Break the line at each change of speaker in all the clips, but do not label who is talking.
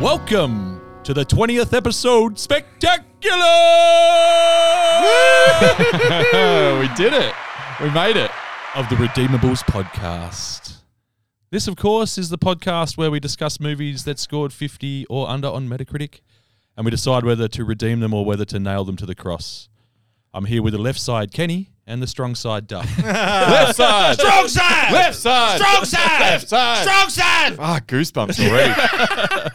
Welcome to the 20th episode spectacular
we did it. We made it.
of the Redeemables podcast. This, of course, is the podcast where we discuss movies that scored 50 or under on Metacritic and we decide whether to redeem them or whether to nail them to the cross. I'm here with the left side, Kenny, and the strong side, Duff.
Left side.
Strong side!
Left side.
Strong side!
Left side.
Strong side!
Ah, goosebumps already.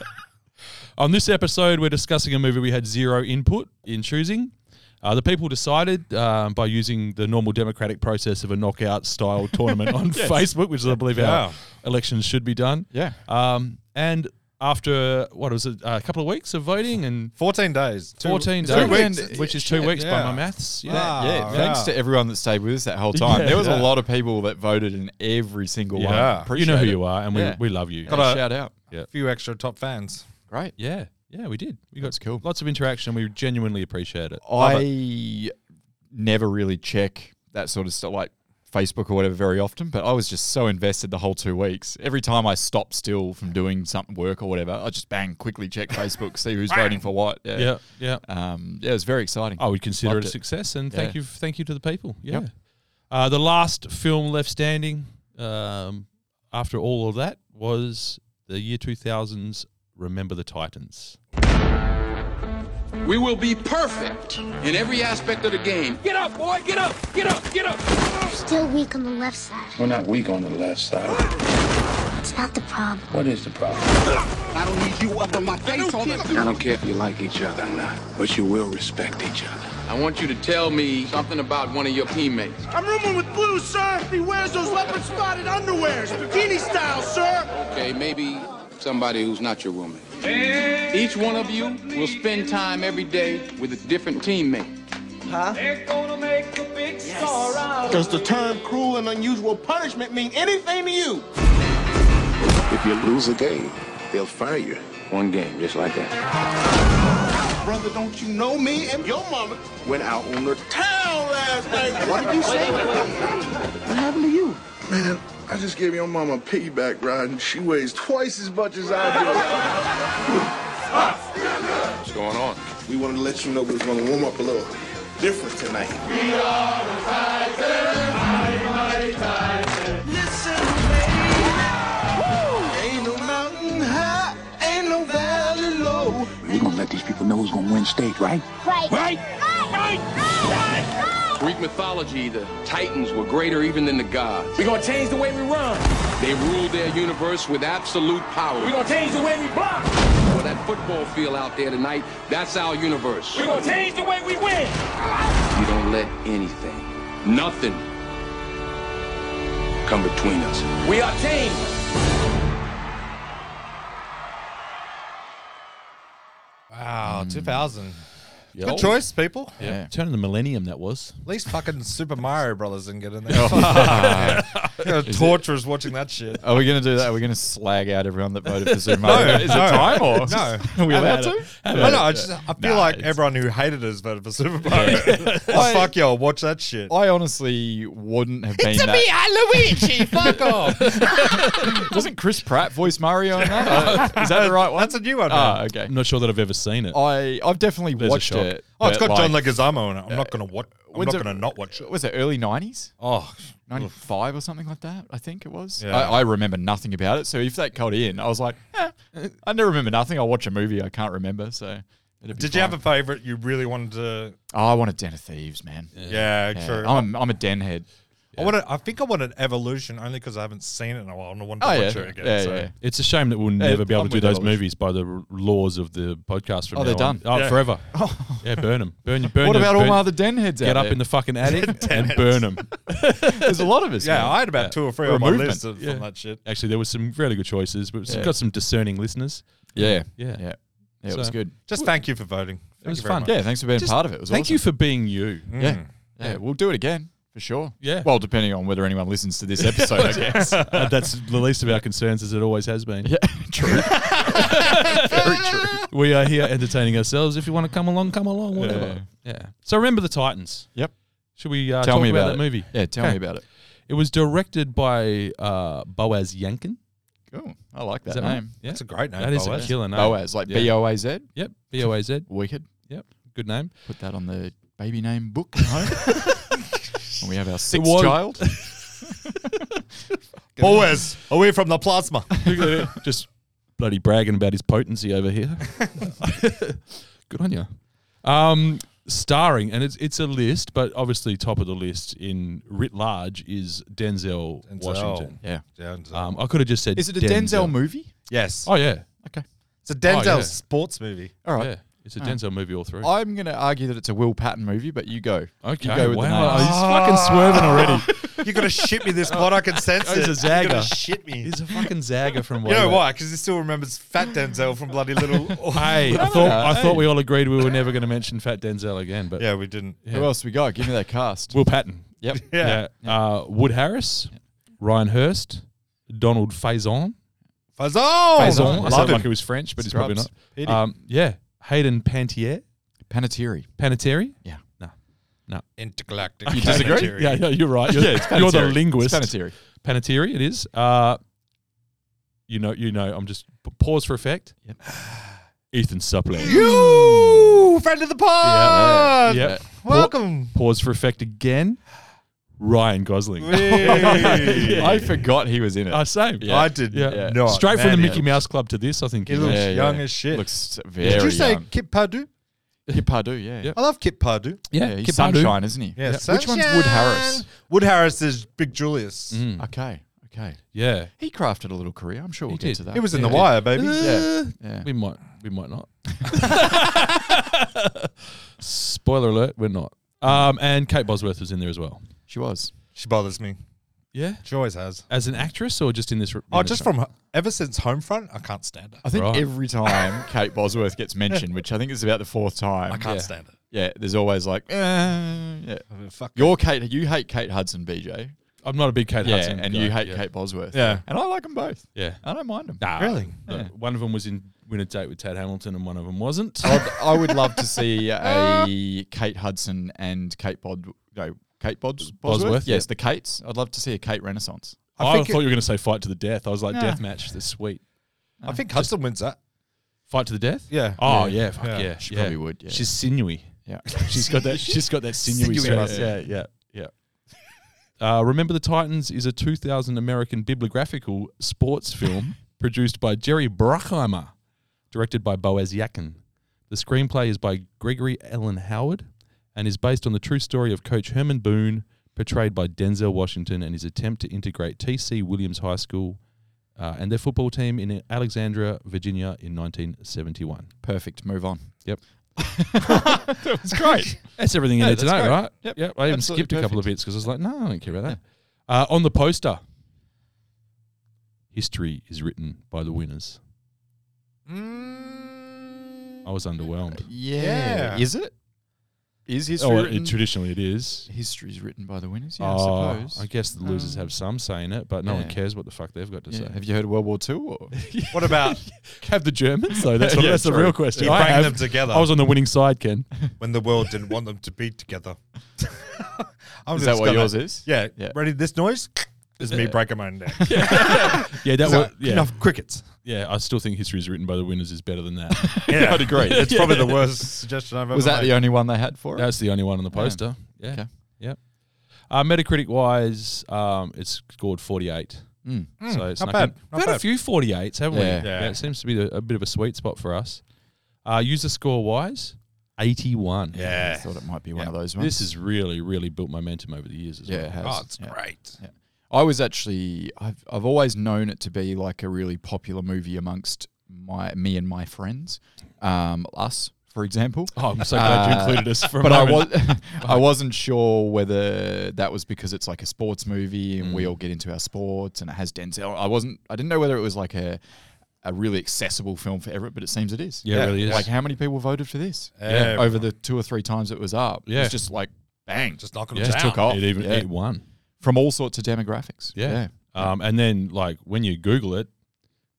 On this episode, we're discussing a movie we had zero input in choosing. Uh, the people decided um, by using the normal democratic process of a knockout style tournament on Facebook, which is, I believe, how
Wow.
elections should be done.
yeah.
Um, and after, what was it, a couple of weeks of voting and
14 days. Two-
14
two
days,
weeks.
which is two weeks by
yeah.
my maths. Yeah.
Wow.
yeah,
Ah,
thanks
yeah.
to everyone that stayed with us that whole time.
Yeah.
there was
Yeah.
a lot of people that voted in every single
Yeah.
one. Appreciate
you know who
it.
you are, and we,
Yeah.
we love you.
Yeah,
Got a-
shout out.
A few extra top fans.
Great.
Yeah. Yeah, we did. We got
That's cool.
lots of interaction. We genuinely appreciate it. Love it.
I never really check that sort of stuff, like Facebook or whatever, very often. But I was just so invested the whole two weeks. Every time I stopped still from doing something work or whatever, I just bang quickly check Facebook, see who's voting for what. Yeah,
Yeah. Yeah.
Um, yeah, it was very exciting.
Oh,
I would consider it
Loved
a
it.
success, and thank
Yeah.
you, thank you to the people. Yeah.
Yep.
Uh, the last film left standing um, after all of that was the year 2000's Remember the Titans.
We will be perfect in every aspect of the game. Get up, boy! Get up! Get up! Get up!
Still weak on the left side.
We're not weak on the left side.
It's not the problem.
What is the problem?
I don't need you up on my face all the time.
I don't care if you like each other or not, but you will respect each other.
I want you to tell me something about one of your teammates.
I'm rooming with Blue, sir. He wears those leopard spotted underwears, bikini style, sir.
Okay, maybe somebody who's not your roommate. Each one of you will spend time every day with a different teammate.
Does the term cruel and unusual punishment mean anything to you?
If you lose a game, they'll fire you. One game, just like that.
Brother, don't you know me and your mama?
Went out on the
Town last night. What did you say?
Man, I just gave your mama a piggyback ride and she weighs twice as much as I
What's going on?
do. We wanted to let you know we was gonna warm up a little different tonight.
Listen, baby. Ain't no mountain high, ain't no valley low.
We're gonna let these people know who's gonna win state, right?
Right. Right.
Greek mythology, the Titans were greater even than the gods. We're gonna change the way we run. They ruled their universe with absolute power. We're gonna change the way we block. Well, that football field out there tonight, that's our universe. We're gonna change the way we win. You don't let anything, nothing, come between us. We are changed.
Wow,
Hmm.
2000.
Yeah.
Good choice, people.
Yeah. Turn of the millennium that was.
At least fucking Super Mario Brothers didn't get in there.
Oh.
Fucking Torturers watching that shit.
Are we going to do that? Are we going to slag out everyone that voted for Zoom? no, Is it
no.
time or?
No.
Are we allowed to?
I know. I, just, I feel
Nah,
like
it's-
everyone who hated us voted for Super Mario. oh, fuck y'all. Watch that shit.
I honestly wouldn't have been that. me, Luigi. Fuck off. Doesn't Chris Pratt voice Mario in that? Uh, Is that the right one?
That's a new one.
Ah,
Um,
okay.
man.
Oh.
I'm not sure that I've ever seen it.
I I've definitely
There's a
watched
shock.
it.
Oh, it's
but,
got John
like, uh,
Leguizamo in it. I'm not gonna watch. I'm
when's
not
it-
gonna not watch it.
Was it early nineties?
Oh,
Ninety five or something like that. I think it was.
Yeah.
I, I remember nothing about it. So if that got in, I was like, eh, I never remember nothing. I'll watch a movie I can't remember. So it'd be
did you have a
fine.
favorite you really wanted to?
Oh, I want a Den of Thieves, man.
Yeah,
Yeah,
true.
I'm a, I'm a den head.
I wanted. I think I wanted Evolution only because I haven't seen it in a while and I wanted to
Oh yeah,
watch it again.
yeah,
so.
yeah.
it's a shame that we'll never be able
Eh, I'm
to do
with
those
Evolution.
movies by the r- laws of the podcast from
Oh,
now
they're
on.
done.
Oh,
Yeah.
forever. Yeah, burn them. Burn, your- burn
What
your-
about all
burn-
my other den heads
Get
out
up
there?
in the fucking attic and
Tenants.
burn them.
There's a lot of us.
Yeah,
man.
I had about two or three
We're
on
a
my
movement.
list of,
Yeah.
from that shit.
Actually, there was some really good choices, but we've
Yeah.
got some discerning listeners.
Yeah,
Yeah.
yeah, yeah. It was
So-
good.
Just thank you for voting. Thank
was
you very
fun.
much.
Yeah, thanks for being
Just
part of it. It was
Thank
awesome.
you for being you.
Yeah. yeah, we'll do it again for sure.
Yeah.
Well, depending on whether anyone listens to this episode, I guess.
Uh, that's the least of our concerns, as it always has been.
Yeah, true. Very true.
We are here entertaining ourselves. If you want to come along, come along, whatever. Yeah. So remember the Titans.
Yep.
Should we uh,
Tell
talk
me
about,
about
that
it.
movie?
Yeah, tell
Okay.
me about it.
It was directed by uh, Boaz Yankin.
Oh, I like that,
that right?
name.
Yeah.
That's a great name,
That is a
Boaz.
killer name.
Boaz, like
Yeah.
B O A Z.
Yep. B O A Z.
Wicked.
Yep. Good name.
Put that on the baby name book at home. when we have our sixth
was-
child.
Boaz, away from the plasma.
Just bloody bragging about his potency over here. Good on you. Um, starring, and it's it's a list, but obviously top of the list in writ large is Denzel,
Denzel.
Washington.
Yeah.
Denzel.
Um, I could have just said.
Is it a Denzel, movie?
yes.
Oh yeah,
Okay.
It's a Denzel
Oh, yeah.
sports movie.
All right.
yeah. It's a Denzel movie all through.
I'm going to argue that it's a Will Patton movie, but you go.
okay.
You go with
wow. Ah.
the name.
He's fucking swerving already.
You're going to shit me this pod. I can sense
He's
it.
a
You're going
zagger.
to shit me.
He's a fucking zagger from.
You know
way back.
why? Because he still remembers Fat Denzel from bloody little.
Hey, I thought I thought we all agreed we were never going to mention Fat Denzel again, but
yeah, we didn't.
Who else we got? Give me that cast.
Will Patton,
yep.
yeah,
Yeah.
Uh, Wood Harris, Ryan Hurst, Donald Faison.
Oh,
Fazon!
Faison, I
Love
sound
him.
like he was French, but he's
Scrubs.
probably not. Um, yeah, Hayden Pantier,
Panettiere.
Panettiere.
Yeah.
Intergalactic.
You disagree?
Planetary.
Yeah, yeah, you're right. You're, you're the linguist.
It's Panettiere.
Panettiere, it is. Uh, you know, you know. I'm just p- pause for effect.
Yep.
Ethan Suplee.
You! Friend of the pod!
Yep.
Welcome.
Pause for effect again. Ryan Gosling.
Hey.
I forgot he was in it.
Uh, same.
I did
Yeah.
yeah.
Yeah.
not.
Straight from
man.
the Mickey Mouse Club to this, I think.
He
you
looks
know.
Yeah,
young
yeah.
as shit.
Looks very
Did you say
young.
Kip Padu?
Kip Pardue, yeah.
Yep.
I love Kip Padu.
Yeah,
Yeah,
he's
Kip Pardue.
Sunshine, isn't he?
Yeah,
Which one's Wood Harris?
sunshine. Wood Harris is Big Julius.
Mm. Okay, okay.
yeah.
He crafted a little career. I'm sure we'll
did.
get to that.
He was in The Wire, baby.
Yeah.
Uh,
yeah.
We might. We might not. Spoiler alert: We're not. Um, and Kate Bosworth was in there as well.
She was.
She bothers me.
Yeah.
She always has.
As an actress, or just in this? re-
Oh,
in
just
this-
from her- ever since Homefront, I can't stand her.
I think
Right.
every time Kate Bosworth gets mentioned, which I think is about the fourth time,
I can't
Yeah.
stand her.
yeah, there's always like, eh, yeah.
Fuck.
You're Kate. You hate Kate Hudson, BJ.
I'm not a big Kate
Yeah,
Hudson,
and
guy.
you hate
Yeah.
Kate Bosworth.
Yeah.
and I like them both.
Yeah.
I don't mind them.
Nah.
Really?
Look, One of them was in Win a Date with Tad Hamilton, and one of them wasn't.
I'd, I would love to see a Kate Hudson and Kate Bod. No, Kate Bods, Bosworth.
Bosworth,
yes,
yeah.
the Kates. I'd love to see a Kate Renaissance.
I,
think
thought you were going to say fight to the death. I was like, death match. That's sweet.
I think Hudson wins that.
Fight to the death.
Yeah.
Oh yeah. Fuck yeah.
Yeah.
yeah.
She probably would, yeah.
She's sinewy.
Yeah,
She's got that. She's got that sinewy,
Sinewy
strength. Yeah, yeah, yeah. Uh, Remember the Titans is a 2000 American bibliographical sports film produced by Jerry Bruckheimer, directed by Boaz Yakin. The screenplay is by Gregory Allen Howard and is based on the true story of Coach Herman Boone, portrayed by Denzel Washington, and his attempt to integrate TC Williams High School uh, and their football team in Alexandria, Virginia in 1971.
perfect. Move on.
Yep.
that was great.
That's everything you
Yeah,
need to
that's
know,
great.
right?
Yep.
yep. I even
Absolutely
skipped a couple of
perfect.
bits because I was like, no, I don't care about that. Uh, on the poster, history is written by the winners.
Mm.
I was underwhelmed.
Yeah.
Yeah.
Is it? Is history
Oh,
Uh, written?
it, traditionally it is.
History's written by the winners. Yeah,
Oh,
I suppose.
I guess the losers
Um,
have some say in it, but no one
yeah.
cares what the fuck they've got to
Yeah.
say.
Have you heard of World War II? Or?
What about
Have the Germans though? That's,
Yeah,
what, that's the
true.
real question.
You
I,
bring
have-
them together.
I was on the winning side, Ken.
when the world didn't want them to be together? I'm
Is that
just
what
gonna-
yours is?
Yeah.
Yeah.
Ready this noise? This is me breaking my own neck.
Yeah, that was,
So,
yeah,
Enough crickets.
yeah. I still think history is written by the winners is better than that.
Yeah.
I'd agree.
It's probably the worst suggestion I've ever
Was that
made.
the only one they had for it?
That's the only one on the poster. Yeah.
Okay.
Yep. Uh, Metacritic wise, um, it's scored 48.
Mm.
so it's
Hmm, not
snuck in.
bad, not
We've had a
bad.
few 48s, haven't
Yeah.
we?
Yeah.
It seems to be the, a bit of a sweet spot for us. Uh, user score wise, 81.
I
Yeah.
thought it might be one of those ones.
This has really, really built momentum over the years as
yeah,
well.
it has.
Oh, it's
Yeah.
great.
Yeah. I was actually I've I've always known it to be like a really popular movie amongst my me and my friends, um, us for example.
Oh, I'm so glad you
Uh,
included us for a
but I was
moment.
I wasn't sure whether that was because it's like a sports movie and we all get into our sports and it has Denzel. I wasn't I didn't know whether it was like a a really accessible film for everyone, but it seems it is.
yeah, it really is.
Like how many people voted for this?
Yeah.
Over the two or three times it was up. It
Yeah.
was just like bang.
Just knocking
yeah.
them down.
took off.
It even
Yeah.
it won.
From all sorts of demographics.
Yeah. Um, and then, like, when you Google it,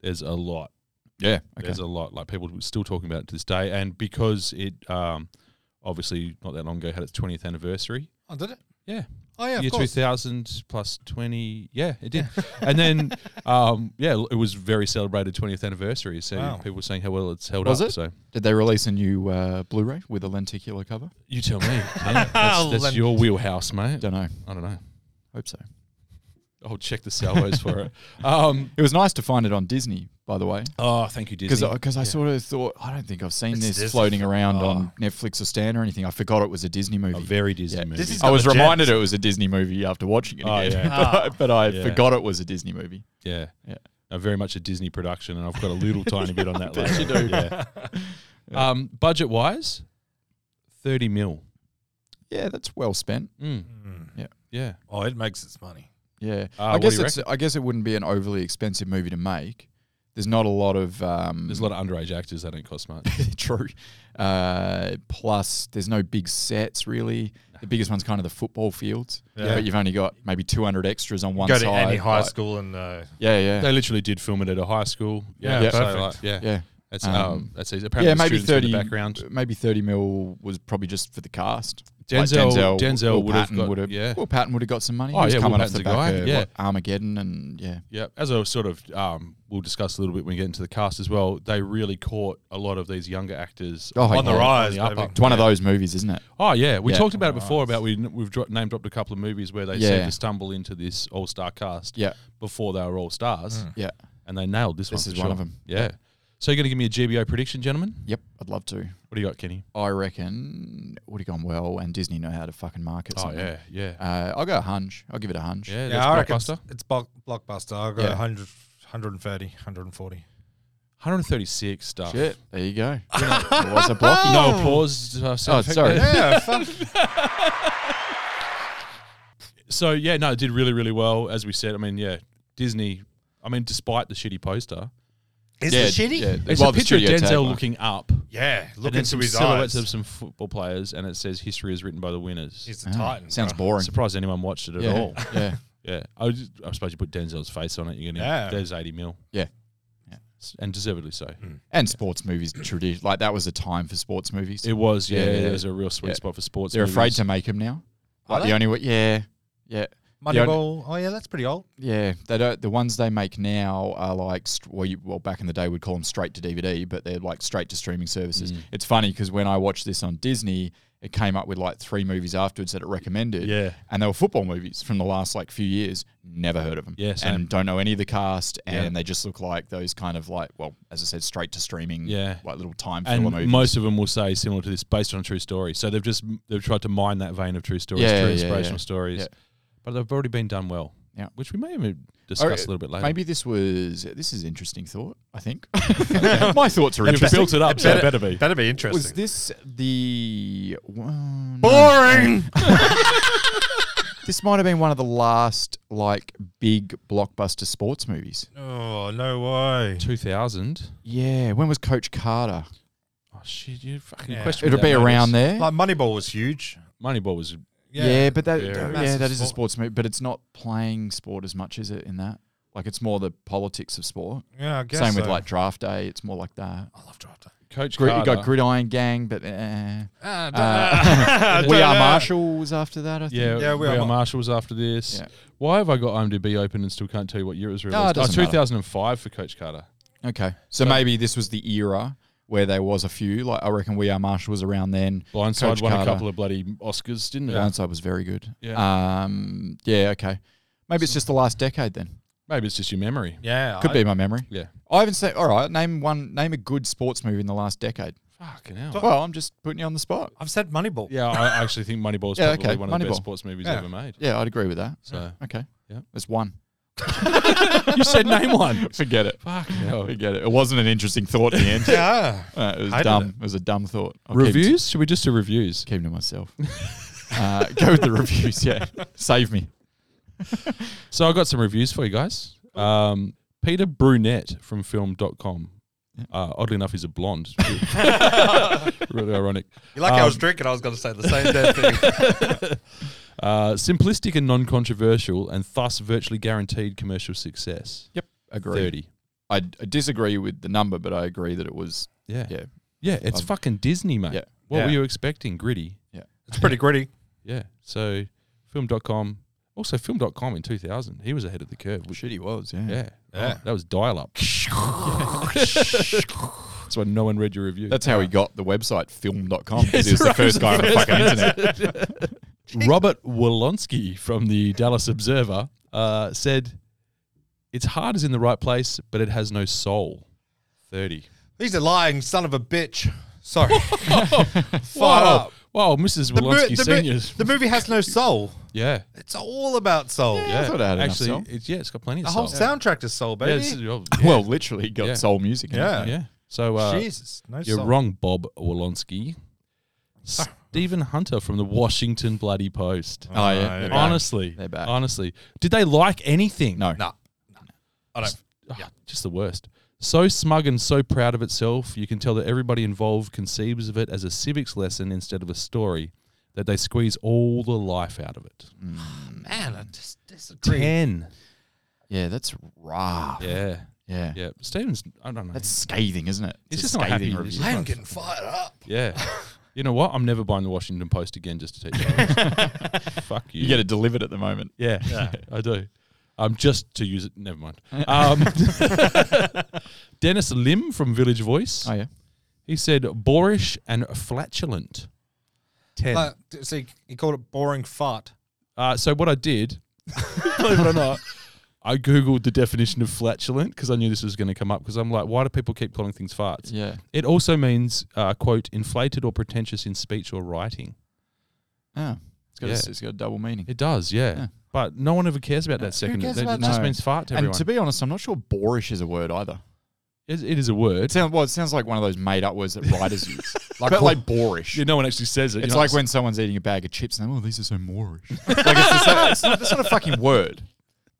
there's a lot.
Yeah. Okay.
There's a lot. Like people were still talking about it to this day, and because it um, obviously not that long ago had its 20th anniversary.
Oh, did it?
Yeah,
Oh yeah,
year
of course.
2000 plus 20 yeah it did and then um, yeah it was very celebrated 20th anniversary so
Wow.
people were saying how well it's held
Was
up
it?
so
Did they release a new uh, Blu-ray with a lenticular cover?
you tell me Damn, that's, that's
Len-
your wheelhouse mate
Don't know.
i don't know
Hope so.
i'll check the salvos for it um,
It was nice to find it on Disney, by the way,
oh thank you
because
disney
because I, sort of thought I don't think I've seen
It's
this
Disney.
floating around on
Oh.
Netflix or Stan or anything. I forgot it was a Disney movie.
a very disney
Yeah.
movie
Disney's
I
got
was
the gems.
reminded it was a Disney movie after watching it
Oh,
again,
yeah.
but I, but I
Yeah.
forgot it was a Disney movie.
yeah
Yeah.
Uh, very much a disney production and i've got a little tiny bit on that
bet
later
you do.
Yeah. Um, budget wise 30 mil
Yeah, that's well spent.
Mm.
Yeah.
yeah
Oh, it makes its money.
Yeah,
Uh,
I
what do
guess
you
it's I guess it wouldn't be an overly expensive movie to make. There's not a lot of um,
there's a lot of underage actors that don't cost much
True. Uh, plus, there's no big sets really. The biggest one's kind of the football fields,
Yeah.
but you've only got maybe 200 extras on one
Go
side.
to any high
like-
school and uh,
Yeah, yeah,
They literally did film it at a high school.
Yeah,
so,
perfect.
like, yeah,
yeah.
That's um,
Um,
that's easy. Apparently,
yeah,
the
maybe
students were in
30
the background.
Maybe 30 mil was probably just for the cast.
Denzel-
Denzel,
Denzel
Will
would have
Patton
got-
would have.
yeah.
Will Patton would have got some money.
Oh,
he was
yeah, Will
coming off
Patton's
the
a
back
guy,
of
yeah.
what, Armageddon and yeah,
Yeah, as a sort of, um, we'll discuss a little bit when we get into the cast as well. They really caught a lot of these younger actors
Oh,
on
yeah.
the rise.
eyes,
the upper-
baby.
It's one of those movies, isn't it?
Oh yeah, we
Yeah.
talked about it before. About we we've dro- name dropped a couple of movies where they seem
Yeah.
to stumble into this all star cast.
Yeah.
before they were all stars,
Yeah.
and they nailed this, one.
This
for
is one of
sure.
them.
Yeah. So you're going to give me a GBO prediction, gentlemen?
Yep. I'd love to.
What do you got, Kenny?
I reckon would have gone well, and Disney know how to fucking market.
Oh
something.
yeah, yeah,
Uh, I'll go hunch. I'll give it a hunch.
yeah.
yeah, I
That's
reckon it's,
blockbuster.
it's bulk, blockbuster. I'll go
Yeah.
100, 130, 140.
136 stuff.
Shit. There you go. it was a blocky.
No applause. Uh, sound
Oh,
effect
sorry.
there.
Yeah, fuck.
So yeah, no, it did really, really well. As we said, I mean, yeah, Disney. I mean, despite the shitty poster,
Is
Yeah,
it shitty?
yeah.
Yeah,
it's
Well,
a
the
picture of
studio
Denzel
tagline.
looking up,
look
and then
into
some
his
silhouettes
eyes.
of some football players, and it says "History is written by the winners."
Ah.
He's the Titan.
Sounds
bro.
boring.
Surprised anyone watched it at
yeah.
all.
yeah.
Yeah, I, was just- I suppose you put Denzel's face on it. You're gonna
Yeah.
there's eighty mil.
Yeah.
S- and deservedly so.
And sports movies tradition like that was a time for sports movies.
It was yeah.
Yeah, yeah,
It was a real sweet
yeah.
spot for sports.
They're afraid
movies.
to make them now. Like
they?
the only way, yeah, yeah, The only-
Moneyball. Oh yeah, that's pretty old.
yeah. They don't. The ones they make now are like st- well, you, well, back in the day we'd call them straight to DVD, but they're like straight to streaming services.
Mm.
It's funny because when I watched this on Disney, it came up with like three movies afterwards that it recommended.
Yeah.
and they were football movies from the last like few years. Never heard of them.
Yeah, same.
and don't know any of the cast, and
Yeah.
they just look like those kind of like well, as I said, straight to streaming.
Yeah.
like little time
And
filler movies.
most of them will say similar to this, based on a true story. So they've just they've tried to mine that vein of true stories,
Yeah,
true
yeah,
inspirational
yeah.
stories,
Yeah.
but they've already been done well.
Yeah.
which we may even discuss
Or,
a little bit later.
Maybe this was this is interesting thought. I think my thoughts are
You've
interesting.
built it up, so it better be.
That'd be interesting.
Was this the well, no.
boring?
This might have been one of the last like big blockbuster sports movies.
Oh no way.
Two thousand.
Yeah, when was Coach Carter?
Oh shit! You fucking
Yeah.
question.
It'll
that,
be
mate.
around there.
Like Moneyball was huge.
Moneyball was
yeah, but that
Yeah.
yeah,
Massive
that is a
sport.
sports movie, but it's not playing sport as much as it in that. Like it's more the politics of sport.
Yeah, I guess
Same with
so. Oh,
like draft day. It's more like that.
I love draft.
Coach
Gri-
Carter.
you got Gridiron Gang, but eh.
Ah,
Uh, we
Don't
are
know.
marshals after that. I think.
yeah,
Yeah,
we,
we
are,
are Mar-
marshals after this.
Yeah.
Why have I got IMDb open and still can't tell you what year it was
it
released? oh,
doesn't matter.
2005 for Coach Carter.
Okay. So, maybe this was the era where there was a few. Like I reckon we are marshals around then.
Blindside
Coach
won
Carter.
a couple of bloody Oscars, didn't it?
Blindside was very good.
Yeah.
Um. Yeah. Okay. Maybe it's just the last decade then.
Maybe it's just your memory.
Yeah,
Could
I-
be my memory.
Yeah.
I haven't seen. All right. Name one. Name a good sports movie in the last decade.
Fucking hell.
Well, I'm just putting you on the spot.
I've said Moneyball.
Yeah, I actually think Moneyball is
Yeah,
probably
okay,
one of the best
Moneyball.
sports movies
Yeah.
ever made.
Yeah, I'd agree with that.
So
Okay.
Yeah.
That's one.
you said name one.
Forget it.
Fuck no.
Forget it. It wasn't an interesting thought in the end.
Yeah.
Uh, it was
Hated
dumb. It.
it.
was a dumb thought. I'll keep it to-
Reviews? Should we just do reviews?
keep to myself. uh, go with the reviews. Yeah, save me.
So I got some reviews for you guys. Um, Peter Brunette from film.com. Uh, oddly enough, he's a blonde. really ironic.
You like how I was drinking? I was going to say the same damn thing.
Uh, simplistic and non controversial, and thus virtually guaranteed commercial success.
Yep, agree.
30.
I, d- I disagree with the number, but I agree that it was.
Yeah.
Yeah,
Yeah, it's
Um,
fucking Disney, mate.
yeah.
What
Yeah.
were you expecting? Gritty.
yeah.
It's pretty gritty.
Yeah. So Film.com. Also, Film.com in 2000. He was ahead of the curve. which-
Shit, he was, yeah.
Yeah. Oh,
Yeah.
That was dial up. That's why no one read your review.
That's how he got the website film.com because
Yes,
he was the
right,
first guy on the fucking internet.
Robert Wolonsky from the Dallas Observer uh, said, Its heart is in the right place, but it has no soul. 30.
He's a lying son of a bitch. Sorry. Fire
Wow.
up.
Wow, Mrs.
The, mo-
Wolonsky
the mo-
Seniors.
the movie has no soul.
yeah.
It's all about soul.
Yeah.
thought I had enough
Actually,
soul.
It's, yeah, it's got plenty of
The whole
soul.
soundtrack is soul,
Yeah,
baby.
it's- oh,
Well, literally got
Yeah.
soul music. in it.
Yeah.
yeah. So uh,
Jesus, no
You're
soul.
wrong, Bob Wolonsky. Stephen Hunter from the Washington Bloody Post.
Oh, yeah.
yeah.
They're back.
honestly,
They're back.
honestly, did they like anything?
No.
No, I don't.
Ugh, Ah, just the worst. So smug and so proud of itself, you can tell that everybody involved conceives of it as a civics lesson instead of a story. That they squeeze all the life out of it.
Man, I just disagree.
Ten.
Yeah, that's rough. Yeah.
Yeah.
yeah.
Yeah. Stephen's. I don't know.
That's scathing, isn't it?
He's
It's
just
a
not
scathing
happy.
review.
He's
I am
not-
getting fired up.
Yeah. You know what? I'm never buying the Washington Post again just to teach you. Fuck you.
You get it delivered at the moment.
Yeah, I do. Um, just to use it. Never mind. Um, Dennis Lim from Village Voice.
Oh, yeah.
He said boorish and flatulent. Ten.
Like, d- so he- he called it boring fart.
Uh, so what I did, believe it or not, I googled the definition of flatulent because I knew this was going to come up. Because I'm like, why do people keep calling things farts?
Yeah.
It also means uh, quote inflated or pretentious in speech or writing.
Oh, it's got,
Yeah.
A, it's got a double meaning.
It does, yeah.
Yeah.
But no one ever cares about that second.
cares
it
about
just
that?
means fart to
and
everyone.
to be honest, I'm not sure boorish is a word either.
It- it is a word.
It sounds well. It sounds like one of those made up words that writers use, like but like boorish.
Yeah, no one actually says it.
it's
You're not
like when someone's eating a bag of chips and they're, oh, these are so moorish. like it's, the same- it's not, it's not a fucking word.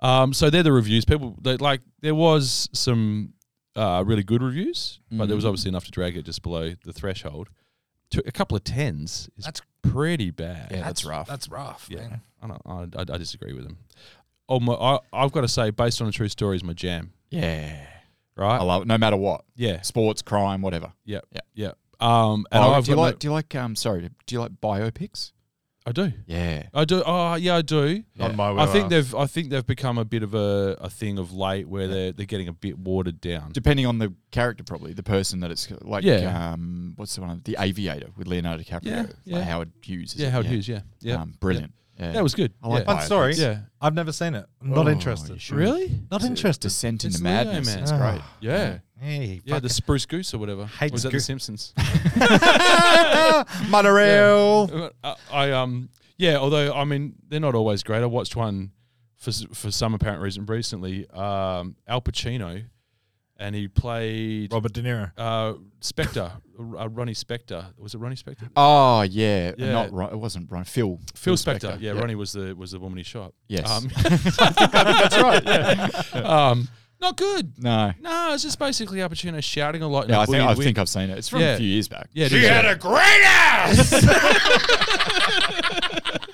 Um, so they're the reviews. People they, like there was some uh, really good reviews, but
Mm.
there was obviously enough to drag it just below the threshold. To a couple of tens is
That's-
pretty bad.
that's rough.
That's rough.
yeah.
Man.
I, don't, I, I- I disagree with them. Oh my! I, I've got to say, based on a true story, is my jam.
yeah,
Right?
I love it. No matter what,
yeah,
sports, crime, whatever.
yeah,
Yeah.
yeah. Um, and
Bio-
I've
do you
got no-
like? do you like? Um, sorry. Do you like biopics?
I do.
Yeah.
I do. Oh, yeah, I do.
Yeah.
my
I think they've. I think they've become a bit of a, a thing of late where they're they're getting a bit watered down.
Depending on the character, probably the person that it's like.
Yeah.
Um, what's the one? The Aviator with Leonardo DiCaprio.
Yeah,
Like
yeah.
Howard Hughes. is
yeah,
it?
Howard Hughes. Yeah, yeah.
Um, brilliant. Yeah.
That was good.
I like
yeah.
I'm sorry.
Yeah.
I've never seen it. I'm not
Oh, you
interested.
should.
Really?
Not interested.
Descent
It's
into
Leo,
Madness.
man.
It's
Ah.
great.
Yeah.
Hey,
Yeah, the Spruce Goose or whatever.
Hate
was that The
Goose.
Simpsons?
monorail.
I, I um yeah. Although I mean they're not always great. I watched one for s- for some apparent reason recently. Um, Al Pacino, and he played
Robert De Niro.
uh Spectre, uh, Ronnie Spectre. Was it Ronnie Spectre?
Oh yeah,
Yeah.
not Ron, it wasn't Ron. Phil.
Phil Spectre. Yeah,
Ronnie.
Ronnie was the was the woman he shot.
Yes.
Um,
That's right.
um, not good.
No.
No, it's just basically Al Pacino shouting a lot. in
Yeah,
a
I think, I
weird win-
think I've seen it. It's from
Yeah.
a few years back.
Yeah, it is, yeah.
great ass.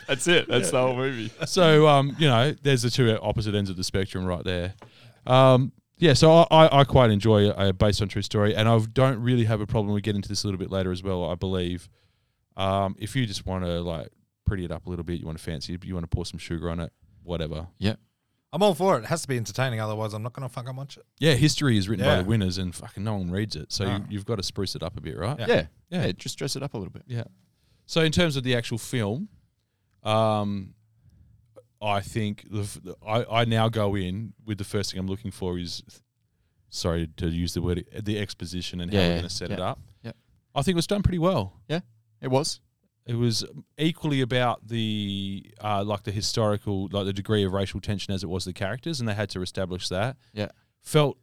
That's it. That's the whole movie.
so um, you know, there's the two opposite ends of the spectrum right there. Um, yeah, so I, I, I quite enjoy a based on true story, and I don't really have a problem. We get into this a little bit later as well, I believe. Um, if you just want to like pretty it up a little bit, you want to fancy, it, you want to pour some sugar on it, whatever.
Yeah.
I'm all for it. It has to be entertaining, otherwise I'm not going to fucking watch it.
Yeah, history is written by
Yeah.
the winners, and fucking no one reads it, so you, you've got to spruce it up a bit, right?
yeah.
Yeah.
Yeah.
Yeah.
Just dress it up a little bit.
Yeah. So in terms of the actual film, um, I think the, f- the I, I now go in with the first thing I'm looking for is, sorry to use the word, the exposition and how
Yeah,
we're going to set it
yeah,
up.
yeah.
I think it was done pretty well.
It was.
It was equally about the uh, like the historical, like the degree of racial tension as it was the characters, and they had to establish that.
Yeah.
Felt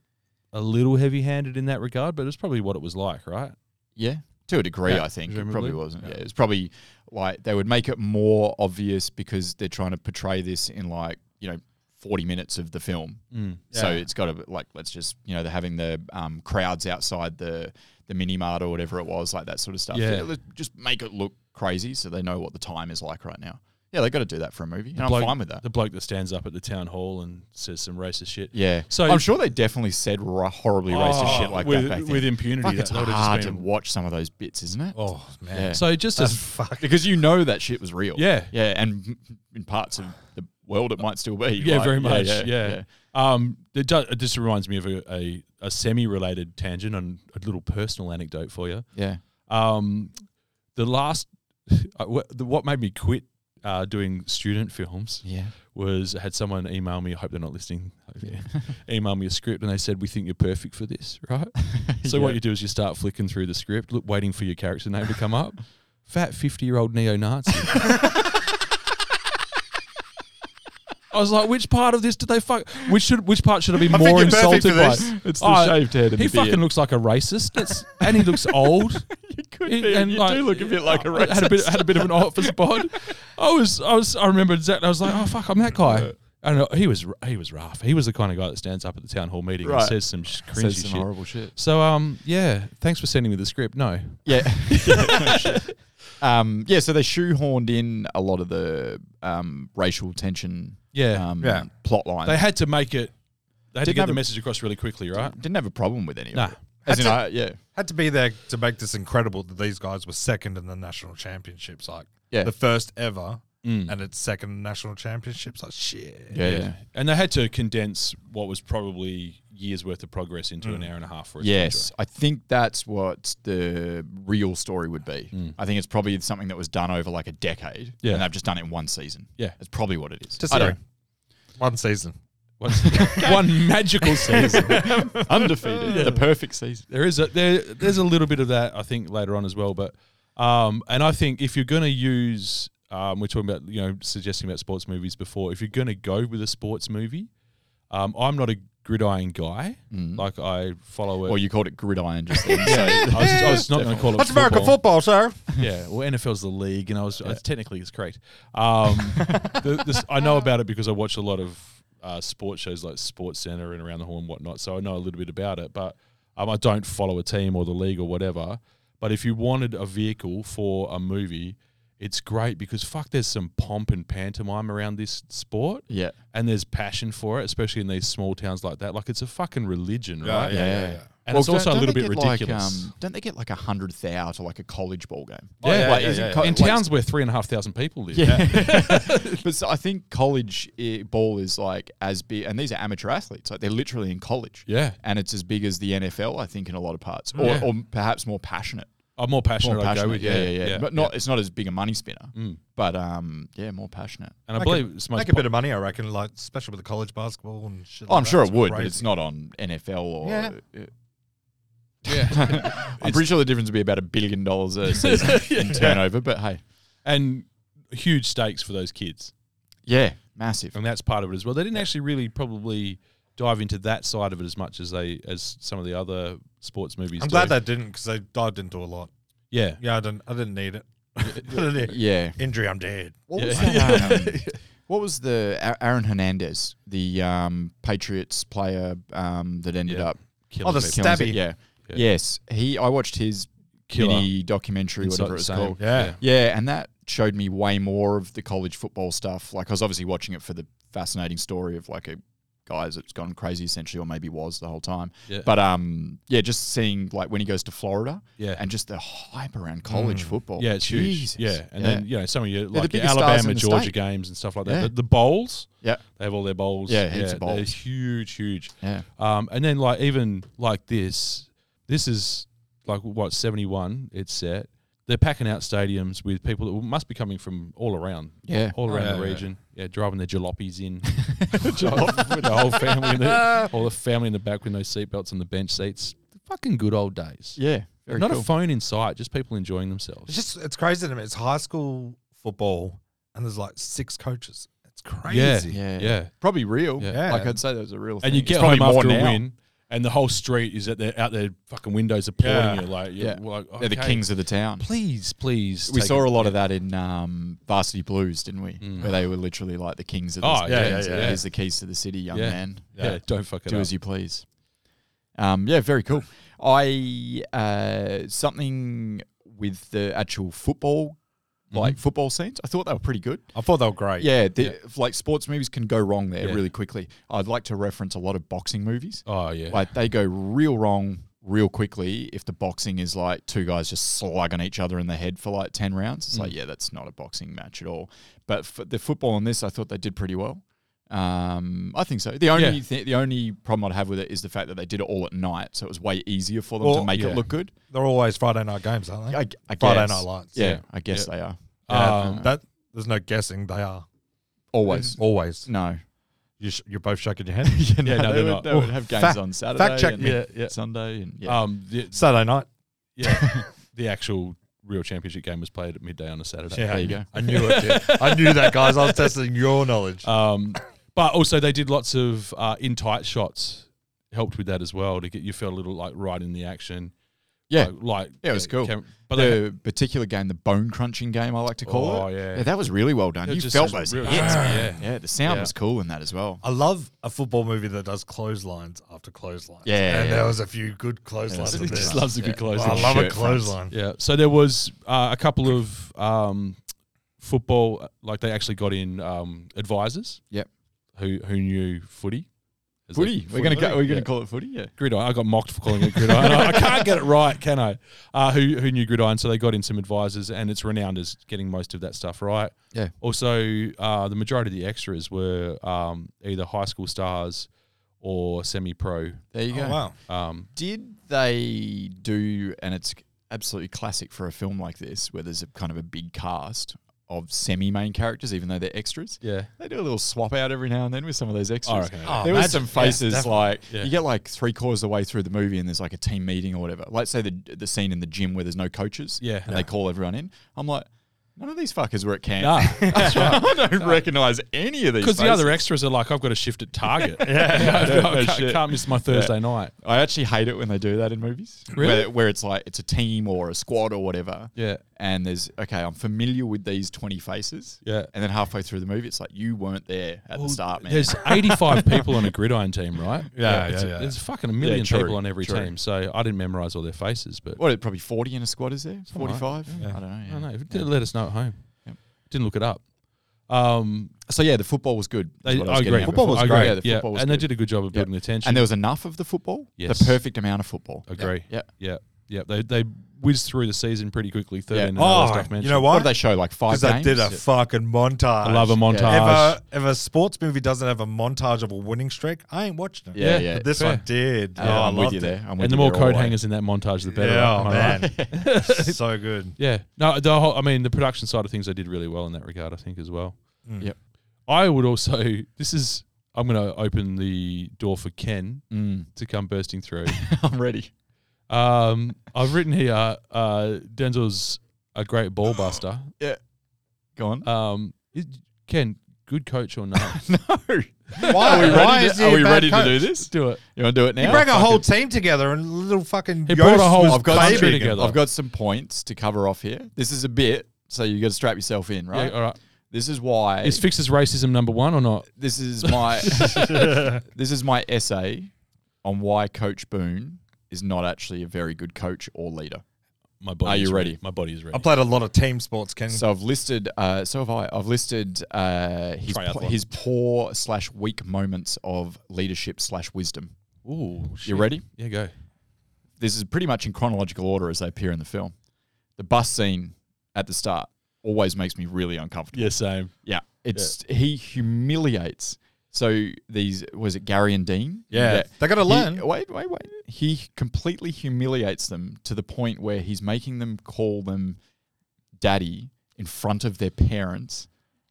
a little heavy-handed in that regard, but it was probably what it was like, right?
Yeah. To a degree,
Yeah,
I think it
presumably.
probably wasn't. Yeah. it's probably like they would make it more obvious because they're trying to portray this in like you know forty minutes of the film.
Mm.
So it's got to like let's just you know they're having the um, crowds outside the the mini mart or whatever it was like that sort of stuff.
Yeah.
let's just make it look crazy so they know what the time is like right now. Yeah, they got to do that for a movie, and I'm
bloke-
fine with that.
The bloke that stands up at the town hall and says some racist shit.
Yeah,
So-
so I'm sure they definitely said ra- horribly racist
Oh,
shit like
with-
that back then.
with impunity,
Fuck,
that-
it's
that would've just
hard to
been-
watch some of those bits, isn't it?
Oh man.
yeah.
So just
That's
as
fuck.
because you know that shit was real.
Yeah.
yeah, and in parts of the world, it might still be.
yeah,
like,
very much. Yeah. Um, it, ju- it just reminds me of a, a, a semi-related tangent and a little personal anecdote for you.
yeah.
Um, the last, I- wh- the- what made me quit uh, doing student films
Yeah.
was I had someone email me. I hope they're not listening. email me a script and they said, "We think you're perfect for this, right?" so what
Yeah.
you do is you start flicking through the script, look, waiting for your character name to come up. Fat fifty-year-old neo-Nazi. I was like, which part of this did they fuck? Which should which part should I be
think
more
you're perfect
insulted
for
by?
this. It's the shaved head and
he
the beard.
fucking looks like a racist. That's, and he looks old.
You could
It-
be,
and
you
like-
do look a bit like a
I
racist.
Had a bit, had a bit of an office bod. I was, I was, I remember exactly. I was like, oh fuck, I'm that guy. I know he was, he was rough. He was the kind of guy that stands up at the town hall meeting and
Right.
says some sh- cringy
Says some
shit.
horrible shit.
So um, yeah, thanks for sending me the script. No,
Yeah. um, yeah, so they shoehorned in a lot of the um, racial tension
Yeah.
um,
Yeah.
plot lines.
they had to make it. They had to
Didn't
get
have
the
a-
message across really quickly, right?
Didn't have a problem with any of
Nah.
it. As in,
That's
I, yeah.
Had to be there to make this incredible that these guys were second in the national championships, like
Yeah. Mm.
the first ever, and it's second national championships. Like shit.
Yeah, yeah.
And they had to condense what was probably years worth of progress into an hour and a half for a
Mm. Yes, I think that's what the real story would be. I think it's probably something that was done over like a decade,
Hmm. Yeah.
and they've just done it in one season.
Yeah.
that's probably what it is.
Just
I
yeah.
don't
one season.
contract. one magical season.
undefeated, the perfect season.
there is a there, there's a little bit of that I think later on as well. But um, and I think if you're going to use, um, we're talking about you know suggesting about sports movies before. If you're going to go with a sports movie, um, I'm not a gridiron guy. Like I follow it.
Mm. Well, you called it gridiron just then.
I
so
was, I was not going to call it.
That's American football, sir.
Yeah, well, NFL's the league, and I was I, technically it's correct. Um, the, this, I know about it because I watch a lot of uh, sports shows like Sports Center and Around the Horn and whatnot, so I know a little bit about it. But um, I don't follow a team or the league or whatever. But if you wanted a vehicle for a movie, it's great because fuck, there's some pomp and pantomime around this sport.
Yeah.
and there's passion for it, especially in these small towns like that. Like it's a fucking religion,
Yeah,
right?
yeah, yeah,
yeah.
And it's
don't-
also a
don't
little
they
bit
get like,
ridiculous.
um, don't they get like a hundred thou to like a college ball game?
Oh, yeah,
Like,
yeah,
is it
yeah,
co-
in
like-
towns where three and a half thousand people live.
but so I think college i- ball is like as big, and these are amateur athletes. Like they're literally in college.
Yeah.
and it's as big as the NFL. I think in a lot of parts, or,
Yeah.
or perhaps more passionate.
I'm more passionate.
More
I'd
passionate.
go with
yeah, yeah, yeah, Mm. But not it's not as big a money spinner. But um, yeah, more passionate.
and I
Make
believe
a,
it's
make
most
a bit of money, I reckon. Like especially with the college basketball and shit.
Oh,
like
I'm
that.
sure it would, but
crazy.
it's not on NFL or.
Yeah.
uh,
yeah.
I'm pretty sure the difference would be about a billion dollars a season in turnover. But hey,
and huge stakes for those kids,
yeah, massive.
and that's part of it as well. They didn't actually really probably dive into that side of it as much as they as some of the other sports movies.
I'm
do.
glad they didn't because they dived into a lot.
yeah.
Yeah, I didn't. I didn't need it. I didn't need it.
Yeah.
Injury, I'm dead.
What was, that, um, what was the A- Aaron Hernandez, the um, Patriots player um, that ended
Yeah.
up
Killing
the
people.
sta-
killing it?
Stabby.
Yeah. Yes, he. I watched his
Killer.
mini documentary,
Inside
whatever
the
it's
same.
called.
Yeah.
Yeah, and that showed me way more of the college football stuff. Like I was obviously watching it for the fascinating story of like a guys that's gone crazy essentially, or maybe was the whole time.
Yeah.
But um, yeah, just seeing like when he goes to Florida,
Yeah.
and just the hype around college football.
Yeah, it's
Jesus.
huge. Yeah, and then you know some of your
the
like your
biggest stars
Alabama,
in the
Georgia
state.
games and stuff like that.
Yeah.
The, the bowls,
yeah,
they have all their bowls.
Yeah, heaps of
They're
bowls.
huge, huge.
Yeah.
Um, and then like even like this, this is like what seventy one. It's set. They're packing out stadiums with people that must be coming from all around.
Oh, Yeah.
all around
yeah,
the
yeah.
region. Yeah, driving their jalopies in. with the whole family, in the, all the family in the back with no seatbelts on the bench seats. Fucking good old days.
yeah. Very
Not
cool.
a phone in sight, just people enjoying
It's
themselves.
just it's crazy to me. It's high school football, and there's like six coaches. It's crazy.
yeah,
Yeah.
yeah.
probably real.
Yeah.
Like I'd say that was a real thing.
And you
It's
get
probably
home after a
now.
win, and the whole street is at their out their fucking windows applauding
Yeah.
you. Like, you're
Yeah.
like okay,
They're the kings of the town.
Please, please.
We
take
saw
it. Mm.
a lot of that in um, Varsity Blues, didn't we? Where they were literally like the kings of the
Oh,
city.
yeah, yeah, yeah.
Here's the keys to the city, young
Yeah.
man.
Yeah, don't fuck it
Do
up.
as you please. Um, yeah, very cool. I uh, something with the actual football like football scenes. I thought they were pretty good.
I thought they were great.
Yeah, the, like sports movies can go wrong there
Yeah.
really quickly. I'd like to reference a lot of boxing movies.
Oh, yeah.
Like they go real wrong real quickly if the boxing is like two guys just slugging each other in the head for like 10 rounds. It's like, yeah, that's not a boxing match at all. But for the football on this, I thought they did pretty well. Um, I think so. The only
Yeah.
thi- the only problem I'd have with it is the fact that they did it all at night, so it was way easier for them to
Well,
make
yeah.
it look good.
They're always Friday night games, aren't they?
I, I
Friday
guess.
Night Lights.
Yeah,
Yeah.
I guess
Yeah.
they are
Yeah, Uh,
Um,
that there's no guessing. They are
always.
always.
No,
You sh- you're both shaking your head.
Yeah, no,
they
they're
would,
not.
They would have games
fact-
on Saturday.
fact check
and
me.
Yeah, yeah.
Sunday and yeah.
Um, the,
Saturday night.
yeah, the actual real championship game was played at midday on a Saturday.
Yeah.
there you go.
I knew it. yeah. I knew that, guys. I was testing your knowledge.
Uh,
Um, but also they did lots of uh, in tight shots, helped with that as well to get you felt a little like right in the action.
Yeah.
like, like-
Yeah, it was cool.
but they,
the particular game, the bone crunching game, I like to call
Oh,
it.
yeah.
that was really well done.
It
You
just
felt
sounds
those
real-
hits.
Yeah.
man. yeah. The sound
Yeah.
was cool in that as well.
I love a football movie that does clotheslines after clotheslines.
Yeah, yeah,
and
yeah.
there was a few good clotheslines.
That's
he
in
just
this.
loves a good
Yeah.
close.
Oh,
Well,
I love a
Shirt fronts.
clothesline.
Yeah. So there was uh, a couple of um, football, like they actually got in um, advisors.
Yep.
Who who knew footy? As they-
Footy. We're gonna go, we're gonna
Yeah.
call it footy. Yeah.
gridiron. I got mocked for calling it gridiron. I can't get it right, can I? Uh, who who knew gridiron? So they got in some advisors, and it's renowned as getting most of that stuff right.
Yeah.
Also, uh, the majority of the extras were um, either high school stars or semi-pro.
There you go.
Oh, wow.
Um,
Did they do? And it's absolutely classic for a film like this, where there's a kind of a big cast of semi-main characters, even though they're extras.
yeah.
They do a little swap out every now and then with some of those
I
extras.
reckon.
there was
imagine.
some
Yeah,
faces
definitely.
like
Yeah.
you get like three quarters of the way through the movie and there's like a team meeting or whatever. Let's say the the scene in the gym where there's no coaches.
Yeah.
And they call everyone in. I'm like, none of these fuckers were at camp.
Nah,
I don't recognise any of these.
Because Ah, the other
faces.
extras are like, I've got to shift at Target. yeah,
no, no
I can't,
shit.
can't miss my Thursday night.
I actually hate it when they do that in movies.
Really?
Where, where it's like it's a team or a squad or whatever.
Yeah.
And there's okay, I'm familiar with these twenty faces.
Yeah.
And then halfway through the movie, it's like you weren't there at the start, man.
There's 85 people on a gridiron team, right?
Yeah,
it's-
yeah, yeah.
There's fucking a million
true,
people on every
true.
team, so I didn't memorize all their faces, but
What? Probably forty in a squad is there?
all right.
Forty-five? I don't know.
I
yeah.
don't know. Let us know at home. Didn't look it up. Um,
So yeah, the football was good. is
they,
what I was
I
getting
agree.
at
Football
before.
was
I
I
agree.
agree.
great.
Yeah, the football was
and
good.
they did a good job of
Yep.
building attention.
And there was enough of the football.
Yes.
The perfect amount of football.
agree.
Yeah.
yeah, yeah. They they whizzed through the season pretty quickly. Thirteen.
Yeah.
and all that
Oh,
stuff
you
mentioned.
know
What
why?
did they show? Like five
Because
games.
they did a fucking montage.
I love a montage.
If uh, a, if a sports movie doesn't have a montage of a winning streak, I ain't watching it.
Yeah, yeah.
Yeah.
But Uh, this
fair.
one did.
Yeah,
oh, I
I'm with
loved
you
it.
there. I'm with
and the
you
more
there all
code
way.
hangers in that montage, the better.
Yeah,
am
oh,
I right?
man. so good.
Yeah. No, the whole. I mean, the production side of things they did really well in that regard. I think as well.
Mm.
Yep.
I would also. This is. I'm going to open the door for Ken
Mm.
to come bursting through.
I'm ready.
um, I've written here. Uh, Denzel's a great ball buster.
Go on.
Um, is- Ken, good coach or not?
no.
Why
Are we
why
ready, to,
is he
are
a
we
bad
ready to do
coach?
this?
Do it.
You want to do it now?
He broke a
Fuck
whole
it.
team together and little fucking.
He brought
Yost
a whole
was
I've got
babying
country
him.
together.
I've got some points to cover off here. This is a bit, so you got to strap yourself in, right?
Yeah, all right.
This is why.
Is fixes racism number one or not?
this is my. this is my essay on why Coach Boone is not actually a very good coach or leader.
My body.
Are you
is
ready?
My body is ready.
I played a lot of team sports,
Mm.
Ken.
So I've listed. Uh, so have I. I've listed uh, his po-
Triathlon.
his poor slash weak moments of leadership slash wisdom.
Ooh,
Oh, You
shit.
ready?
Yeah, go.
This is pretty much in chronological order as they appear in the film. The bus scene at the start always makes me really uncomfortable.
Yeah, same.
Yeah, it's he humiliates. So these was it Gary and Dean?
Yeah. They gotta
He-
learn.
wait, wait, wait. He completely humiliates them to the point where he's making them call them daddy in front of their parents